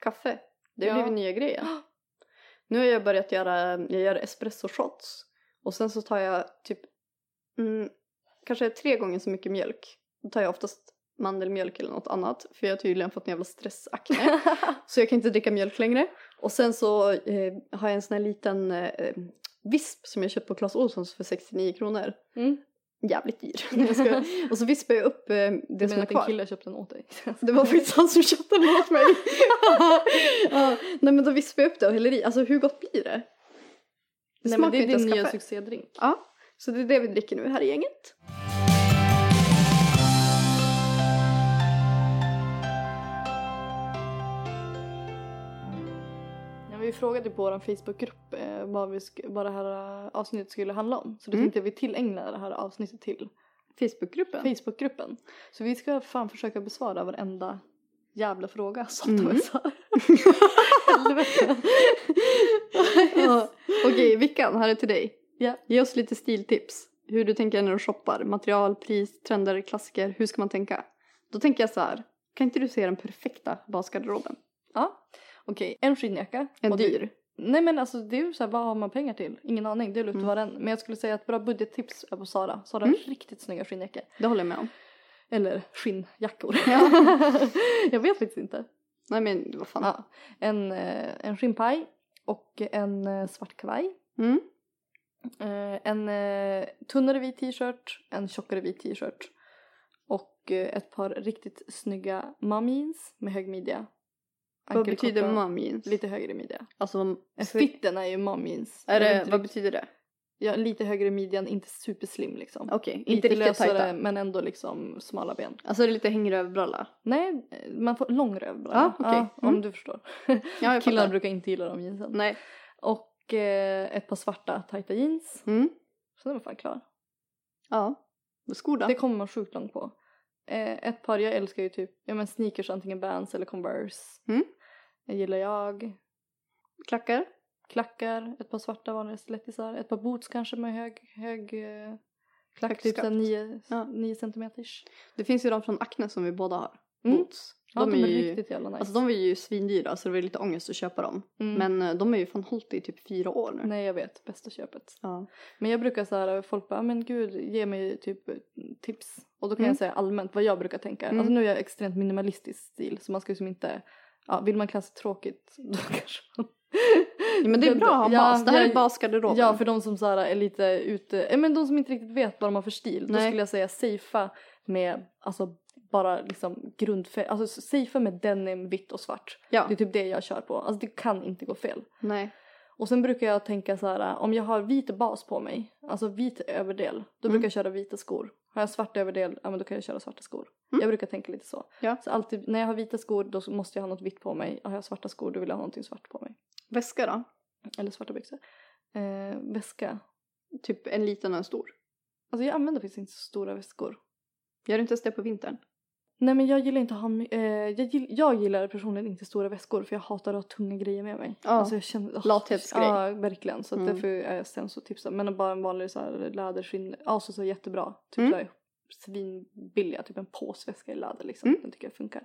Kaffe. Det
Ja.
har blivit nya grejer. Nu har jag börjat göra, jag gör espresso shots. Och sen så tar jag typ, mm, kanske tre gånger så mycket mjölk. Då tar jag oftast mandelmjölk eller något annat. För jag har tydligen fått en jävla stressakne. så jag kan inte dricka mjölk längre. Och sen så eh, har jag en sån här liten eh, visp som jag köpt på Clas Ohlsons för 69 kronor.
Mm.
Jävligt dyr. Nej, jag skojar. och så vispar jag upp eh, det
Du
som
menar
är
att en
kvar.
kille har köpt den åt dig?
Det var faktiskt han som köpte den åt mig. ja, nej men då vispar jag upp det och häller i. Alltså hur gott blir det? Det
Nej, men
smakar
det är
inte
din
ens
nya
kaffe.
succédrink.
Ja, så det är det vi dricker nu här i gänget.
Ja, vi frågade på vår Facebookgrupp eh, vad, vi sk- vad det här eh, avsnittet skulle handla om. Så då
Mm.
tänkte vi tillägna det här avsnittet till
Facebookgruppen.
Facebookgruppen. Så vi ska fan försöka besvara varenda jävla fråga. Satan
Mm.
vad jag sa.
Helvete. Ja, Okej, Vickan, här är till dig.
Ja.
Ge oss lite stiltips. Hur du tänker när du shoppar. Material, pris, trender, klassiker. Hur ska man tänka? Då tänker jag så här. Kan inte du se den perfekta basgarderoben?
Ja. Okej, en skinnjacka.
En
Och det-
dyr.
Nej men alltså det är ju såhär, vad har man pengar till? Ingen aning, det är
Mm.
lugnt att vara en. Men jag skulle säga att bra budgettips är på Sara. Sara har riktigt snygga skinnjackor.
Det håller jag med om.
Eller skinnjackor. jag vet faktiskt inte.
Nej men vad fan.
Ja. En, eh, en skinnpaj och en eh, svart kavaj.
Mm.
Eh, En eh, tunnare vit t-shirt, en tjockare vit t-shirt. Och eh, ett par riktigt snygga mum jeans med hög midja.
Vad betyder
Ankelkorta-
mum jeans?
Lite högre midja.
Alltså,
Fitten är ju mum jeans.
är
Jag
det,
vet inte
vad
riktigt-
betyder det?
Ja, lite högre midjan, inte superslim liksom.
Okej, inte
Lite
riktigt
lösare
tajta.
men ändå liksom smala ben.
Alltså är det lite hängrövbralla?
Nej, man får lång röv bara.
Ja, okej. Mm.
Om du förstår.
Ja, jag
Killar
fattar.
brukar inte gilla de jeansen.
Nej.
Och eh, ett par svarta tajta jeans.
Mm.
Sen är man fan klar.
Ja. Och Skor då?
Det kommer man sjukt långt på. Eh, ett par, jag älskar ju typ ja, men sneakers, antingen Vans eller Converse.
Mm.
Jag gillar jag.
Klackar?
Klackar, ett par svarta vanliga stilettisar, ett par boots kanske med hög, hög eh, klack,
Högt
typ
skaft.
såhär 9
Ja.
nio centimeters.
Det finns ju de från Acne som vi båda har.
Mm.
Boots.
Ja, de, är
ju,
riktigt jävla nice.
Alltså de är ju svindyra så det var lite ångest att köpa dem.
Mm.
Men eh, de är ju fan hållt i typ fyra år nu.
Nej jag vet, bästa köpet.
Ja.
Men jag brukar så här, folk bara, "Ah, men gud ge mig typ tips. Och då kan
Mm.
jag säga allmänt vad jag brukar tänka.
Mm.
Alltså nu är jag extremt minimalistisk stil så man ska ju som inte, ja vill man klä sig tråkigt då kanske man...
Mm. Ja, men det är bra att ha en bas. Det här är basgarderoben.
Ja för de som så här är lite ute, eh, men de som inte riktigt vet vad de har för stil. Då
Nej.
skulle jag säga safea med, alltså bara liksom grundfärg, alltså safea med denim, vitt och svart.
Ja.
Det är typ det jag kör på. Alltså det kan inte gå fel.
Nej.
Och sen brukar jag tänka så här, om jag har vit bas på mig, alltså vit överdel, då
Mm.
brukar jag köra vita skor. Har jag svart överdel, ja men då kan jag köra svarta skor. Jag brukar tänka lite så.
Mm. Ja.
Så alltid, när jag har vita skor då så måste jag ha något vitt på mig. Har jag svarta skor då vill jag ha någonting svart på mig.
Väska då?
Eller svarta byxor. Eh, väska.
Typ en liten och en stor.
Alltså jag använder faktiskt inte så stora väskor.
Gör du inte ens det på vintern?
Nej men jag gillar inte att ha, my- eh, jag, gill, jag gillar personligen inte stora väskor för jag hatar att ha tunga grejer med mig.
Ja.
Alltså jag känner, åh,
Lathetsgrej.
Ja verkligen så att
Mm.
därför är jag eh, sen så tipsad. Men bara en vanlig så här läderskinn, alltså så jättebra. Typ
Mm.
så här svinbilliga, typ en påsväska i läder liksom.
Mm.
Den tycker jag funkar.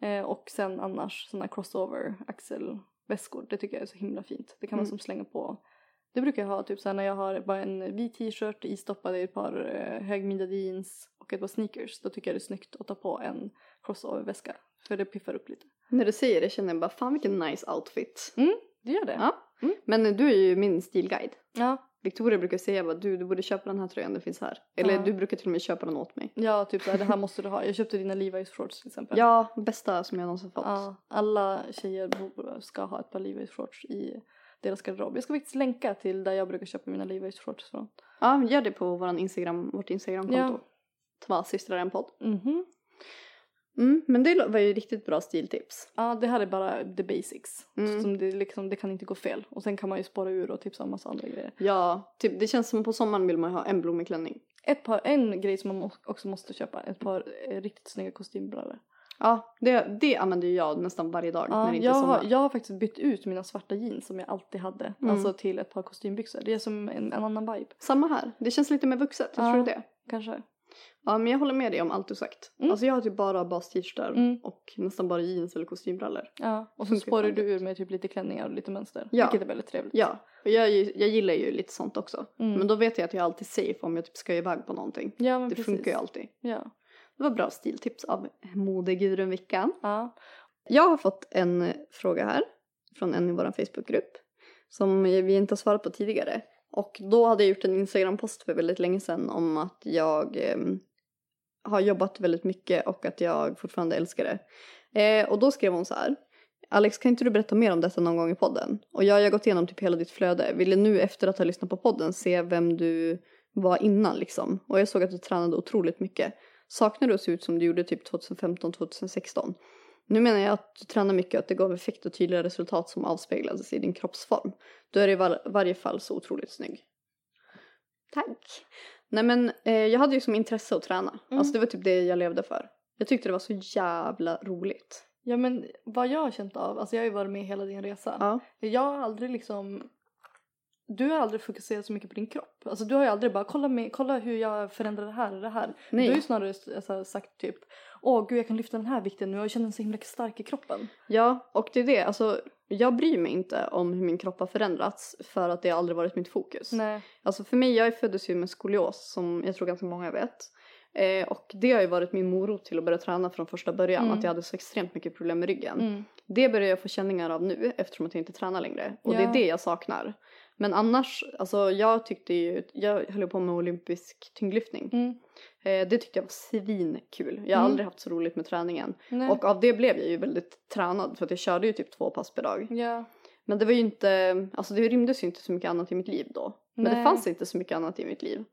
Eh, och sen annars såna crossover axelväskor, det tycker jag är så himla fint. Det kan man
Mm.
som slänga på det brukar jag ha typ såhär när jag har bara en vit t-shirt istoppad i ett par eh, högmidja jeans och ett par sneakers. Då tycker jag det är snyggt att ta på en crossover-väska. För det piffar upp lite.
När du säger det känner jag bara fan vilken nice outfit.
Det gör det?
Ja. Men eh, du är ju min stilguide.
Ja,
Victoria brukar säga bara du, du borde köpa den här tröjan, den finns här. Eller
Ja.
du brukar till och med köpa den åt mig.
ja typ såhär det här måste du ha. Jag köpte dina Levi's shorts till exempel.
Ja, bästa som jag någonsin fått.
Ja, alla tjejer bo- ska ha ett par Levi's shorts i deras garderob. Jag ska faktiskt länka till där jag brukar köpa mina Levi's shorts från.
Ja, men gör det på våran Instagram, vårt Instagramkonto.
Ja.
Två systrar en podd.
Mhm.
Mm, men det var ju riktigt bra stiltips.
Ja, det här är bara the basics.
Mm.
Som det, liksom, det kan inte gå fel. Och sen kan man ju spara ur och tipsa om massa andra grejer.
Ja, typ, det känns som på sommaren vill man ju ha en blommig klänning.
ett par, en grej som man må- också måste köpa, ett par eh, riktigt snygga kostymbrallor.
Ja, det, det använder ju jag nästan varje dag när
Ja,
det inte
jag,
är sommar.
har, jag har faktiskt bytt ut mina svarta jeans som jag alltid hade,
Mm.
alltså till ett par kostymbyxor. Det är som en, en annan vibe,
Samma här, det känns lite mer vuxet, jag
Ja.
tror det.
kanske.
Ja, men jag håller med dig om allt du sagt.
Mm.
Alltså jag har typ bara bas-t-shirtar
Mm.
och nästan bara jeans eller kostymbrallor.
Ja, och så
Funkar
sparar
fan
du ur med typ lite klänningar och lite mönster,
Ja.
vilket är väldigt trevligt.
Ja, och jag, är ju- jag gillar ju lite sånt också.
Mm.
Men då vet jag att jag alltid är safe om jag typ ska iväg på någonting.
Ja, men
det
precis.
funkar ju alltid.
Ja.
Det var bra stiltips av modegurun Vickan.
Ja.
Jag har fått en fråga här från en i vår Facebookgrupp som vi inte har svarat på tidigare. Och då hade jag gjort en Instagram-post för väldigt länge sedan om att jag em, har jobbat väldigt mycket och att jag fortfarande älskar det. Eh, och då skrev hon så här. Alex, kan inte du berätta mer om detta någon gång i podden? Och jag jag har gått igenom typ hela ditt flöde. Ville nu efter att ha lyssnat på podden se vem du var innan liksom. Och jag såg att du tränade otroligt mycket. Saknar du att se ut som du gjorde typ 2015-2016? Nu menar jag att du tränar mycket och att det gav effekt och tydliga resultat som avspeglades i din kroppsform. Du är i var- varje fall så otroligt snygg. Tack. Nej men eh, jag
Mm.
hade ju som intresse att träna. Alltså det var typ det jag levde för. Jag tyckte det var så jävla roligt.
Ja men vad jag har känt av, alltså jag har ju varit med hela din resa.
Ja.
Jag har aldrig liksom, du har aldrig fokuserat så mycket på din kropp. Alltså du har ju aldrig bara kolla, mig, kolla hur jag förändrar det här och det här.
Nej.
Du har ju snarare alltså, sagt typ, åh gud jag kan lyfta den här vikten nu och jag känner mig så himla stark i kroppen.
Ja, och det är det. Alltså, jag bryr mig inte om hur min kropp har förändrats för att det har aldrig varit mitt fokus.
Nej.
Alltså för mig, jag föddes ju med skolios som jag tror ganska många vet. Eh, och det har ju varit min morot till att börja träna från första början.
Mm.
Att jag hade så extremt mycket problem med ryggen.
Mm.
Det börjar jag få känningar av nu eftersom att jag inte tränar längre. Och det
Ja.
är det jag saknar. Men annars, alltså jag tyckte ju, jag höll ju på med olympisk tyngdlyftning.
Mm.
Eh, det tyckte jag var svinkul. Jag har
Mm.
aldrig haft så roligt med träningen.
Nej.
Och av det blev jag ju väldigt tränad för att jag körde ju typ två pass per dag.
ja.
Men det var ju inte, alltså det rymdes ju inte så mycket annat i mitt liv då. Men
Nej.
det fanns inte så mycket annat i mitt liv.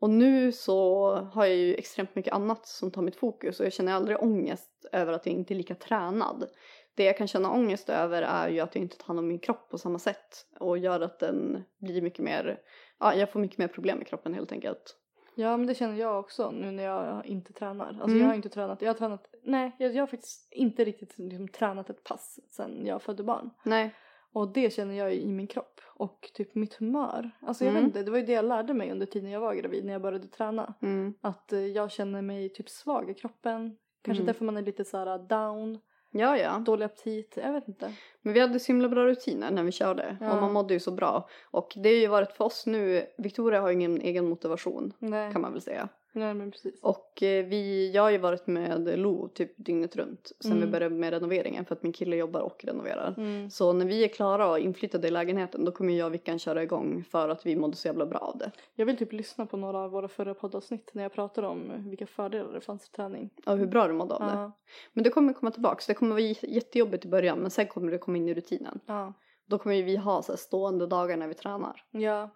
Och nu så har jag ju extremt mycket annat som tar mitt fokus och jag känner aldrig ångest över att jag inte är lika tränad. Det jag kan känna ångest över är ju att jag inte tar hand om min kropp på samma sätt och gör att den blir mycket mer, ja jag får mycket mer problem med kroppen helt enkelt.
Ja men det känner jag också nu när jag inte tränar. Alltså
Mm.
jag har inte tränat, jag har tränat, nej jag, jag har faktiskt inte riktigt liksom, tränat ett pass sen jag födde barn.
Nej.
Och det känner jag ju i min kropp och typ mitt humör. Alltså jag
Mm.
vet inte, det var ju det jag lärde mig under tiden jag var gravid när jag började träna.
Mm.
Att eh, jag känner mig typ svag i kroppen. Kanske
Mm.
därför man är lite såhär down,
Ja ja.
dålig aptit, jag vet inte.
Men vi hade så himla bra rutiner när vi körde
Ja.
och man mådde ju så bra. Och det har ju varit för oss nu, Victoria har ju ingen egen motivation
Nej,
kan man väl säga.
nej men precis.
Och eh, vi, jag har ju varit med Lo typ dygnet runt sen
Mm.
vi började med renoveringen för att min kille jobbar och renoverar.
Mm.
Så när vi är klara och inflyttade i lägenheten då kommer jag och Vickan köra igång för att vi mådde så jävla bra av det.
Jag vill typ lyssna på några av våra förra poddavsnitt när jag pratade om vilka fördelar det fanns för träning.
Och hur bra du mådde av det.
Ja,
Men det kommer komma tillbaka så det kommer vara j- jättejobbigt i början men sen kommer det komma in i rutinen.
ja.
Då kommer ju vi ha så här stående dagar när vi tränar.
Ja.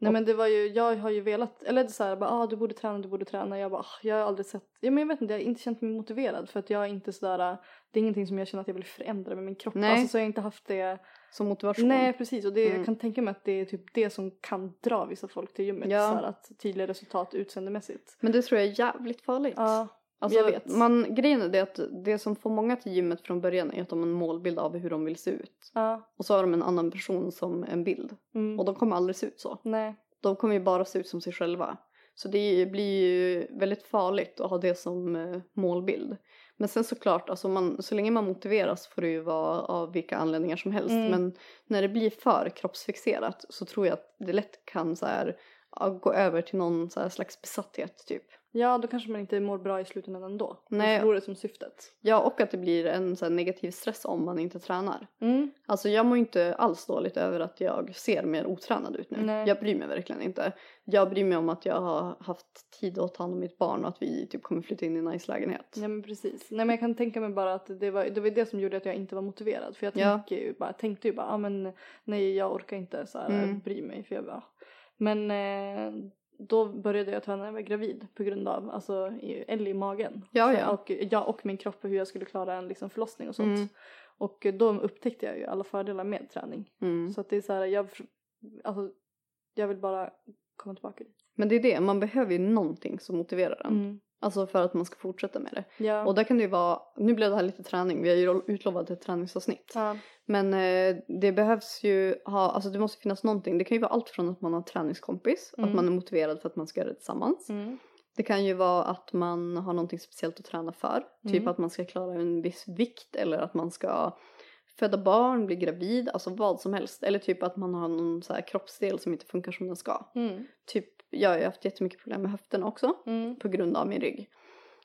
Nej
Och-
men det var ju, jag har ju velat, eller det är så här, bara, ah, du borde träna, du borde träna. Jag bara, ah, jag har aldrig sett, ja, men jag vet inte, jag har inte känt mig motiverad för att jag är inte sådär, äh, det är ingenting som jag känner att jag vill förändra med min kropp.
Nej.
Alltså så jag har inte haft det.
Som motivation.
Nej precis och det,
Mm.
jag kan tänka mig att det är typ det som kan dra vissa folk till gymmet.
Ja.
Så här, att tydliga resultat utseendemässigt.
Men det tror jag är jävligt farligt.
Ja,
Alltså,
jag vet.
Man, grejen är det att det som får många till gymmet från början är att de har en målbild av hur de vill se ut.
ja,
Och så har de en annan person som en bild.
mm.
Och de kommer aldrig se ut så.
nej.
De kommer ju bara se ut som sig själva. Så det blir ju väldigt farligt att ha det som eh, målbild. Men sen såklart, alltså man, så länge man motiveras får det ju vara av vilka anledningar som helst.
Mm.
Men när det blir för kroppsfixerat så tror jag att det lätt kan så här, ja, gå över till någon så här slags besatthet typ.
Ja då kanske man inte mår bra i slutändan ändå.
Nej.
Man förlorar som syftet.
Ja, och att det blir en så här, negativ stress om man inte tränar.
Mm.
Alltså jag mår inte alls dåligt över att jag ser mer otränad ut nu.
Nej.
Jag bryr mig verkligen inte. Jag bryr mig om att jag har haft tid att ta hand om mitt barn och att vi typ kommer flytta in i en nice lägenhet.
Ja men precis. Nej men jag kan tänka mig bara att det var det, var det som gjorde att jag inte var motiverad. För jag
Ja.
tänker ju bara, tänkte ju bara, ah, men nej jag orkar inte så här,
Mm.
bry mig. För jag bara, ah. men eh, då började jag träna när jag var gravid på grund av alltså, i- L i magen.
Ja,
Så-
ja.
Och jag och min kropp och hur jag skulle klara en liksom, förlossning och sånt.
Mm.
Och då upptäckte jag ju alla fördelar med träning.
Mm.
Så att det är så här, jag, fr- alltså, jag vill bara komma tillbaka dit.
Men det är det, man behöver ju någonting som motiverar en.
Mm.
Alltså för att man ska fortsätta med det.
Ja.
Och där kan det ju vara, nu blev det här lite träning, vi har ju utlovat ett träningsavsnitt.
ja.
Men eh, det behövs ju ha, alltså det måste finnas någonting. Det kan ju vara allt från att man har en träningskompis,
Mm.
att man är motiverad för att man ska göra det tillsammans.
Mm.
Det kan ju vara att man har någonting speciellt att träna för. Typ
Mm.
att man ska klara en viss vikt eller att man ska föda barn, bli gravid, alltså vad som helst. Eller typ att man har någon så här kroppsdel som inte funkar som den ska.
Mm.
Typ, jag har ju haft jättemycket problem med höften också
Mm.
på grund av min rygg.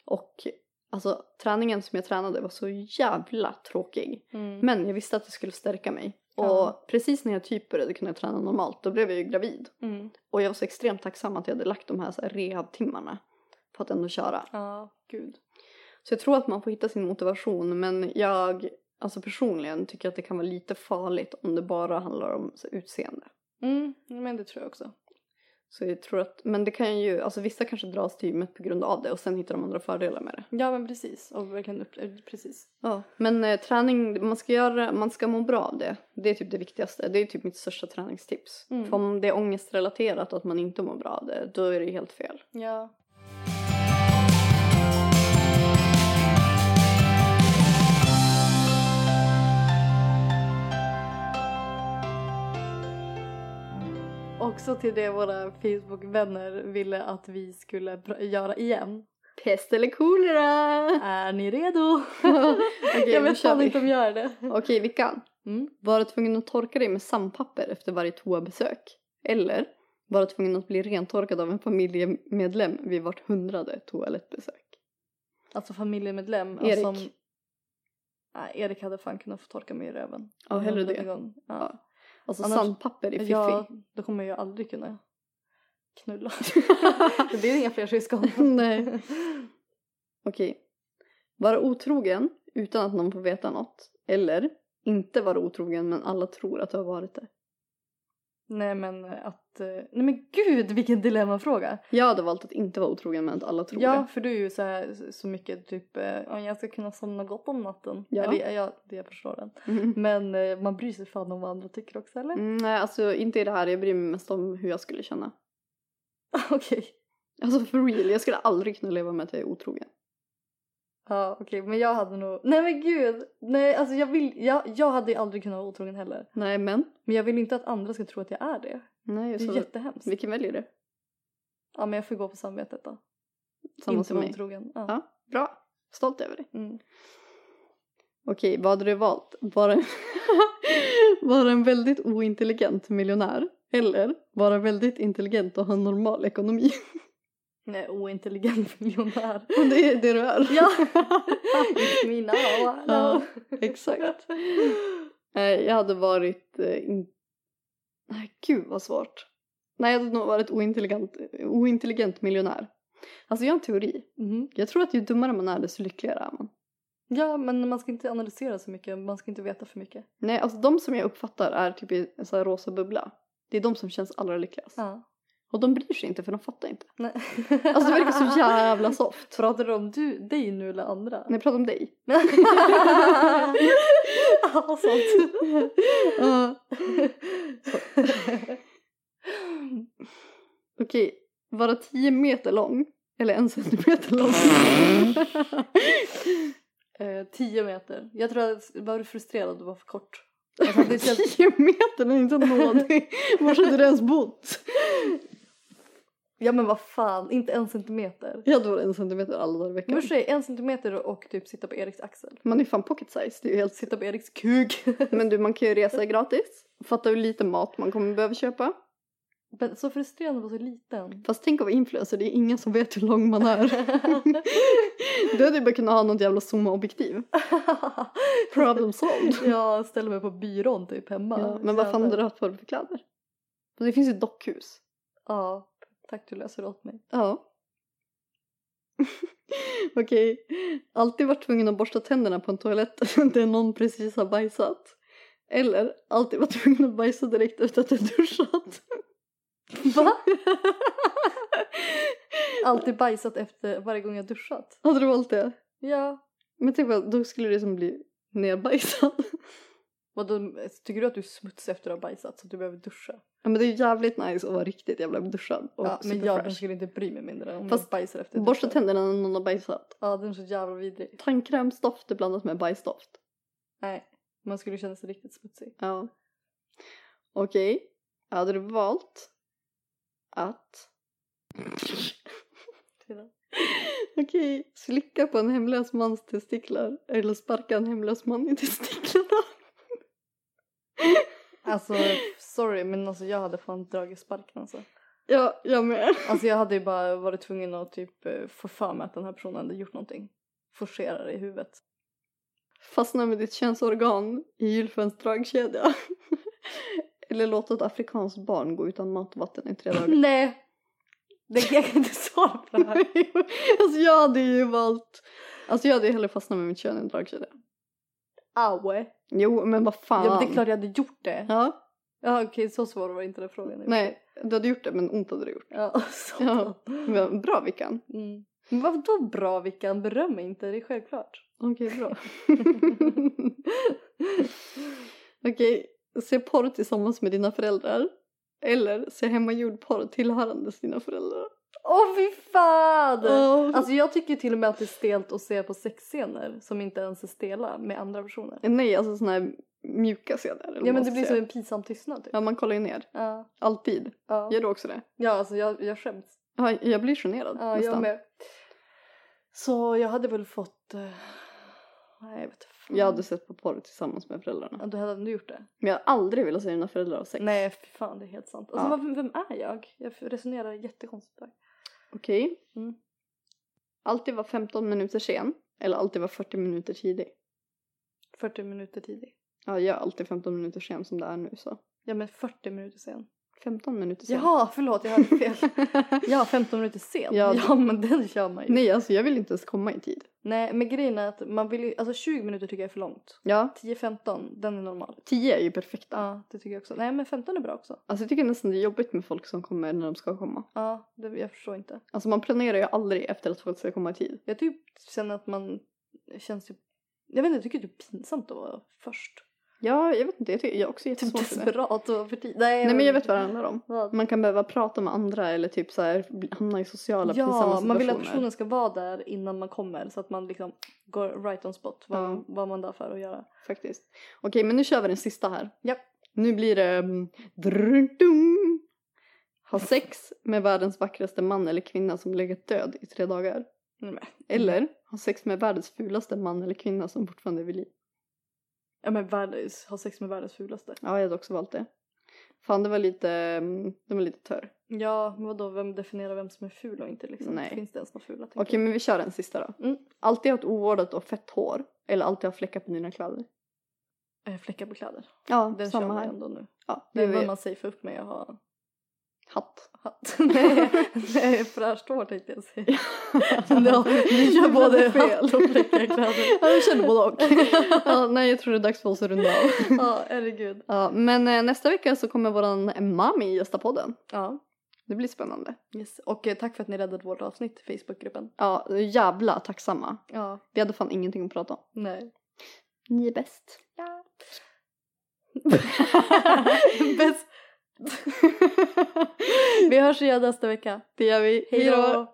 Och alltså träningen som jag tränade var så jävla tråkig.
Mm.
Men jag visste att det skulle stärka mig. Och
Ja.
precis när jag typ började kunna träna normalt, då blev jag ju gravid.
Mm.
Och jag var så extremt tacksam att jag hade lagt de här, så här rehabtimmarna på att ändå köra.
Ja, gud.
Så jag tror att man får hitta sin motivation, men jag alltså personligen tycker att det kan vara lite farligt om det bara handlar om så, utseende.
Mm, men det tror jag också.
Så jag tror att, men det kan ju, alltså vissa kanske dras till gymmet på grund av det och sen hittar de andra fördelar med det.
Ja men precis. Och verkligen upp, eh, precis.
Ja. Men eh, träning, man ska göra, man ska må bra av det. Det är typ det viktigaste. Det är typ mitt största träningstips.
Mm.
För om det är ångestrelaterat och att man inte mår bra av det, då är det ju helt fel.
Ja. Också till det våra Facebook-vänner ville att vi skulle pr- göra igen.
Pest eller kolera?
Är ni redo?
Okej,
jag
nu
vet
kör
fan
vi.
inte om jag är det.
Okej, Vickan.
Mm.
Var du tvungen att torka dig med sandpapper efter varje toabesök? Eller var du tvungen att bli rentorkad av en familjemedlem vid vart hundrade toalettbesök?
Alltså familjemedlem.
Erik.
Alltså, som- nej, Erik hade fan kunnat få torka mig i röven.
Ja, hellre det.
Någon gång. Ja.
Alltså
Annars-
sandpapper är fiffigt.
ja, då kommer jag aldrig kunna knulla. det blir inga fler syskon.
Nej. Okej. Vara otrogen utan att någon får veta något. Eller inte vara otrogen men alla tror att du har varit det.
Nej men att, eh, nej men gud vilken dilemmafråga.
Jag hade valt att inte vara otrogen men att alla tror
Ja
det.
för du är ju så, här, så mycket typ, eh, ja, jag ska kunna somna gott om natten.
Ja.
Eller, ja det jag förstår den.
Mm.
Men eh, man bryr sig fan om vad andra tycker också eller?
Mm, nej, alltså inte i det här. Jag bryr mig mest om hur jag skulle känna.
okej.
Alltså for real, jag skulle aldrig kunna leva med att jag är otrogen.
Ja okej men jag hade nog, nej men gud. Nej alltså jag vill, jag, jag hade ju aldrig kunnat vara otrogen heller.
Nej men.
Men jag vill inte att andra ska tro att jag är det.
Nej,
Det är
så...
jättehemskt.
Vilken väljer du?
Ja men jag får gå på samvetet då.
Samma
inte
som
vara
mig.
otrogen. Ja.
Ja, bra. Stolt över dig.
Mm.
Okej, vad hade du valt? Vara, vara en väldigt ointelligent miljonär eller vara väldigt intelligent och ha normal ekonomi?
Nej ointelligent miljonär.
Och det är det du är.
Ja. It's me now.
Ja, exakt. Nej, jag hade varit... eh, In... Nej, gud vad svårt. Nej, jag hade nog varit ointelligent, ointelligent miljonär. Alltså jag har en teori.
Mhm.
Jag tror att ju dummare man är desto lyckligare är man.
Ja, men man ska inte analysera så mycket. Man ska inte veta för mycket.
Nej, alltså de som jag uppfattar är typ i en sån här rosa bubbla. Det är de som känns allra lyckligast.
Ja.
Och de bryr sig inte för de fattar inte.
Nej.
Alltså det verkar så jävla soft.
Pratar du om du, dig nu eller andra?
När jag pratar om dig.
Ja, sånt.
Ja. Okej, vara 10 meter lång eller en centimeter lång?
Eh, tio meter. Jag tror att jag var frustrerad att du var för kort. Alltså, det känns...
10 meter är inte nådig. Var hade du ens bott?
Ja men vad fan, inte en centimeter.
Jag hade varit en centimeter alla dagar i
Men
veckan.
för sig, en centimeter och typ sitta på Eriks axel.
Man är fan pocket size, det är ju helt
Sitta på Eriks kuk.
Men du, man kan ju resa gratis. Fatta hur lite mat man kommer behöva köpa.
Men så frustrerande att vara så liten.
Fast tänk att vara influencer, det är ingen som vet hur lång man är. du hade ju bara kunnat ha något jävla zoom-objektiv. Problem solved.
Jag ställer mig på byrån typ hemma.
Ja, men vad fan hade du haft på dig för kläder? Och Det finns ju dockhus.
Ja, tack du löser åt mig.
Ja. Okej. Alltid varit tvungen att borsta tänderna på en toalett där någon precis har bajsat. Eller alltid varit tvungen att bajsa direkt efter att du duschat.
Va? Alltid bajsat efter varje gång jag duschat.
Hade du valt det?
Ja.
Men tänk vad, då skulle du som bli nerbajsad.
Vadå, tycker du att du är smutsig efter att ha bajsat så att du behöver duscha?
Ja men det är ju jävligt nice att vara riktigt jävla duschad och
ja, men jag
superfresh.
skulle inte bry mig mindre om
Fast
jag bajsar efter att
Borsta
duscha.
tänderna när någon har bajsat.
Ja, den är så jävla vidrig.
Tandkrämsdoft är blandat med bajsdoft.
Nej, man skulle känna sig riktigt smutsig.
Ja. Okej. Hade du valt att...
Tyvärr.
Okej. Slicka på en hemlös mans testiklar eller sparka en hemlös man i testiklarna.
Alltså, sorry men alltså jag hade fan dragit sparken alltså.
Ja, jag med.
Alltså jag hade ju bara varit tvungen att typ eh, få för mig att den här personen hade gjort någonting. Forcera det i huvudet.
Fastna med ditt könsorgan i gylfens dragkedja. Eller låta ett afrikanskt barn gå utan mat och vatten i tre dagar.
Nej! Det jag kan inte svara på det här.
alltså jag hade ju valt... Alltså jag hade ju hellre fastnat med mitt kön i en dragkedja.
Au!
Jo, men vad fan.
Ja, men det är klart jag hade gjort det. Ah. Ja,
Ja,
okej, så svår var inte den frågan.
nej. Du hade gjort det, men ont hade du gjort.
Ja, så.
Ja. Men Bra Vickan.
Mm. Men vadå bra Vickan? Beröm mig inte, det är självklart.
Okej, bra. Okej, se porr tillsammans med dina föräldrar. Eller se hemmagjord porr tillhörande sina föräldrar.
Åh fy fan!
Åh.
Alltså jag tycker till och med att det är stelt att se på sexscener som inte ens är stela med andra personer.
Nej, alltså sån här mjuka seder. eller
Ja
vad
men
man
det
ska
blir som
säga.
en pinsam tystnad typ.
Ja, man kollar ju ner.
Ja.
Alltid.
Ja,
Gör du också det?
ja alltså jag, jag skäms.
Ja, jag blir generad
Ja, jag
nästan.
med. Så jag hade väl fått... eh, Nej, jag vet fan.
Jag hade sett på porr tillsammans med föräldrarna.
Mm. Ja, du hade ändå gjort det?
Men jag har aldrig velat se mina föräldrar ha sex.
Nej, fy fan det är helt sant. Alltså,
Ja.
vad, vem är jag? Jag resonerar jättekonstigt där.
Okej.
Mm.
Alltid var 15 minuter sen. Eller alltid var 40 minuter tidig.
40 minuter tidig.
Ja, jag är alltid 15 minuter sen som det är nu så.
Ja, men 40 minuter sen.
15 minuter sen.
Jaha, förlåt, jag hörde fel. ja, 15 minuter sen. Ja,
Ja,
men den kör man ju.
Nej, alltså jag vill inte ens komma i tid.
Nej, men grejen är att man vill ju, alltså 20 minuter tycker jag är för långt.
Ja,
10-15, den är normal.
10 är ju perfekta.
Ja, det tycker jag också. Nej, men 15 är bra också.
Alltså jag tycker nästan det är jobbigt med folk som kommer när de ska komma.
Ja, det, jag förstår inte.
Alltså man planerar ju aldrig efter att folk ska komma i tid.
Jag typ känner att man känns typ, jag vet inte, jag tycker det är typ pinsamt att vara först.
Ja, jag vet inte, jag, tycker, jag är också
Typ
jättesvårt för det.
desperat och för tid. Nej,
Nej men jag vet vad det handlar om.
Vad?
Man kan behöva prata med andra eller typ så här bli- hamna i sociala
Ja, man
pinsamma
vill att
situationer.
personen ska vara där innan man kommer så att man liksom går right on spot vad,
Ja.
vad man är där för att göra.
Faktiskt. Okej, men nu kör vi den sista här.
Japp.
Nu blir det... mm, drrrrtum. Ha sex med världens vackraste man eller kvinna som legat död i tre dagar.
Nej, men-
Eller ha sex med världens fulaste man eller kvinna som fortfarande är vid liv.
Ja men världens, ha sex med världens fulaste.
Ja, jag hade också valt det. Fan, det var lite... mm, Den var lite törr.
Ja men vadå vem definierar vem som är ful och inte liksom?
Nej.
Finns det ens några fula? tänker
Okej, men vi kör den sista då.
Mm.
Alltid ha ett ovårdat och fett hår. Eller alltid ha fläckar på dina kläder.
jag. Eh, Fläckar på kläder.
Ja,
Den kör
samma
man
här.
ändå nu.
Ja,
Det är
vi-
vad man säger för upp med att ha
Hatt.
hatt. nej, nej fräscht hår tänkte jag säga. Ja, vi
Du
kör
blev
både
fel.
hatt och fläckar kläder.
Ja, vi körde både och. ja, nej, jag tror det är dags för oss att runda av.
Ja herregud.
Ja, men eh, nästa vecka så kommer våran mami gästa podden.
Ja.
Det blir spännande.
Yes. Och eh, tack för att ni räddade vårt avsnitt i Facebookgruppen.
Ja, jävla tacksamma.
Ja.
Vi hade fan ingenting att prata om.
Nej.
Ni är bäst.
Ja. Bäst. vi hörs igen nästa vecka.
Det gör vi.
Hej då!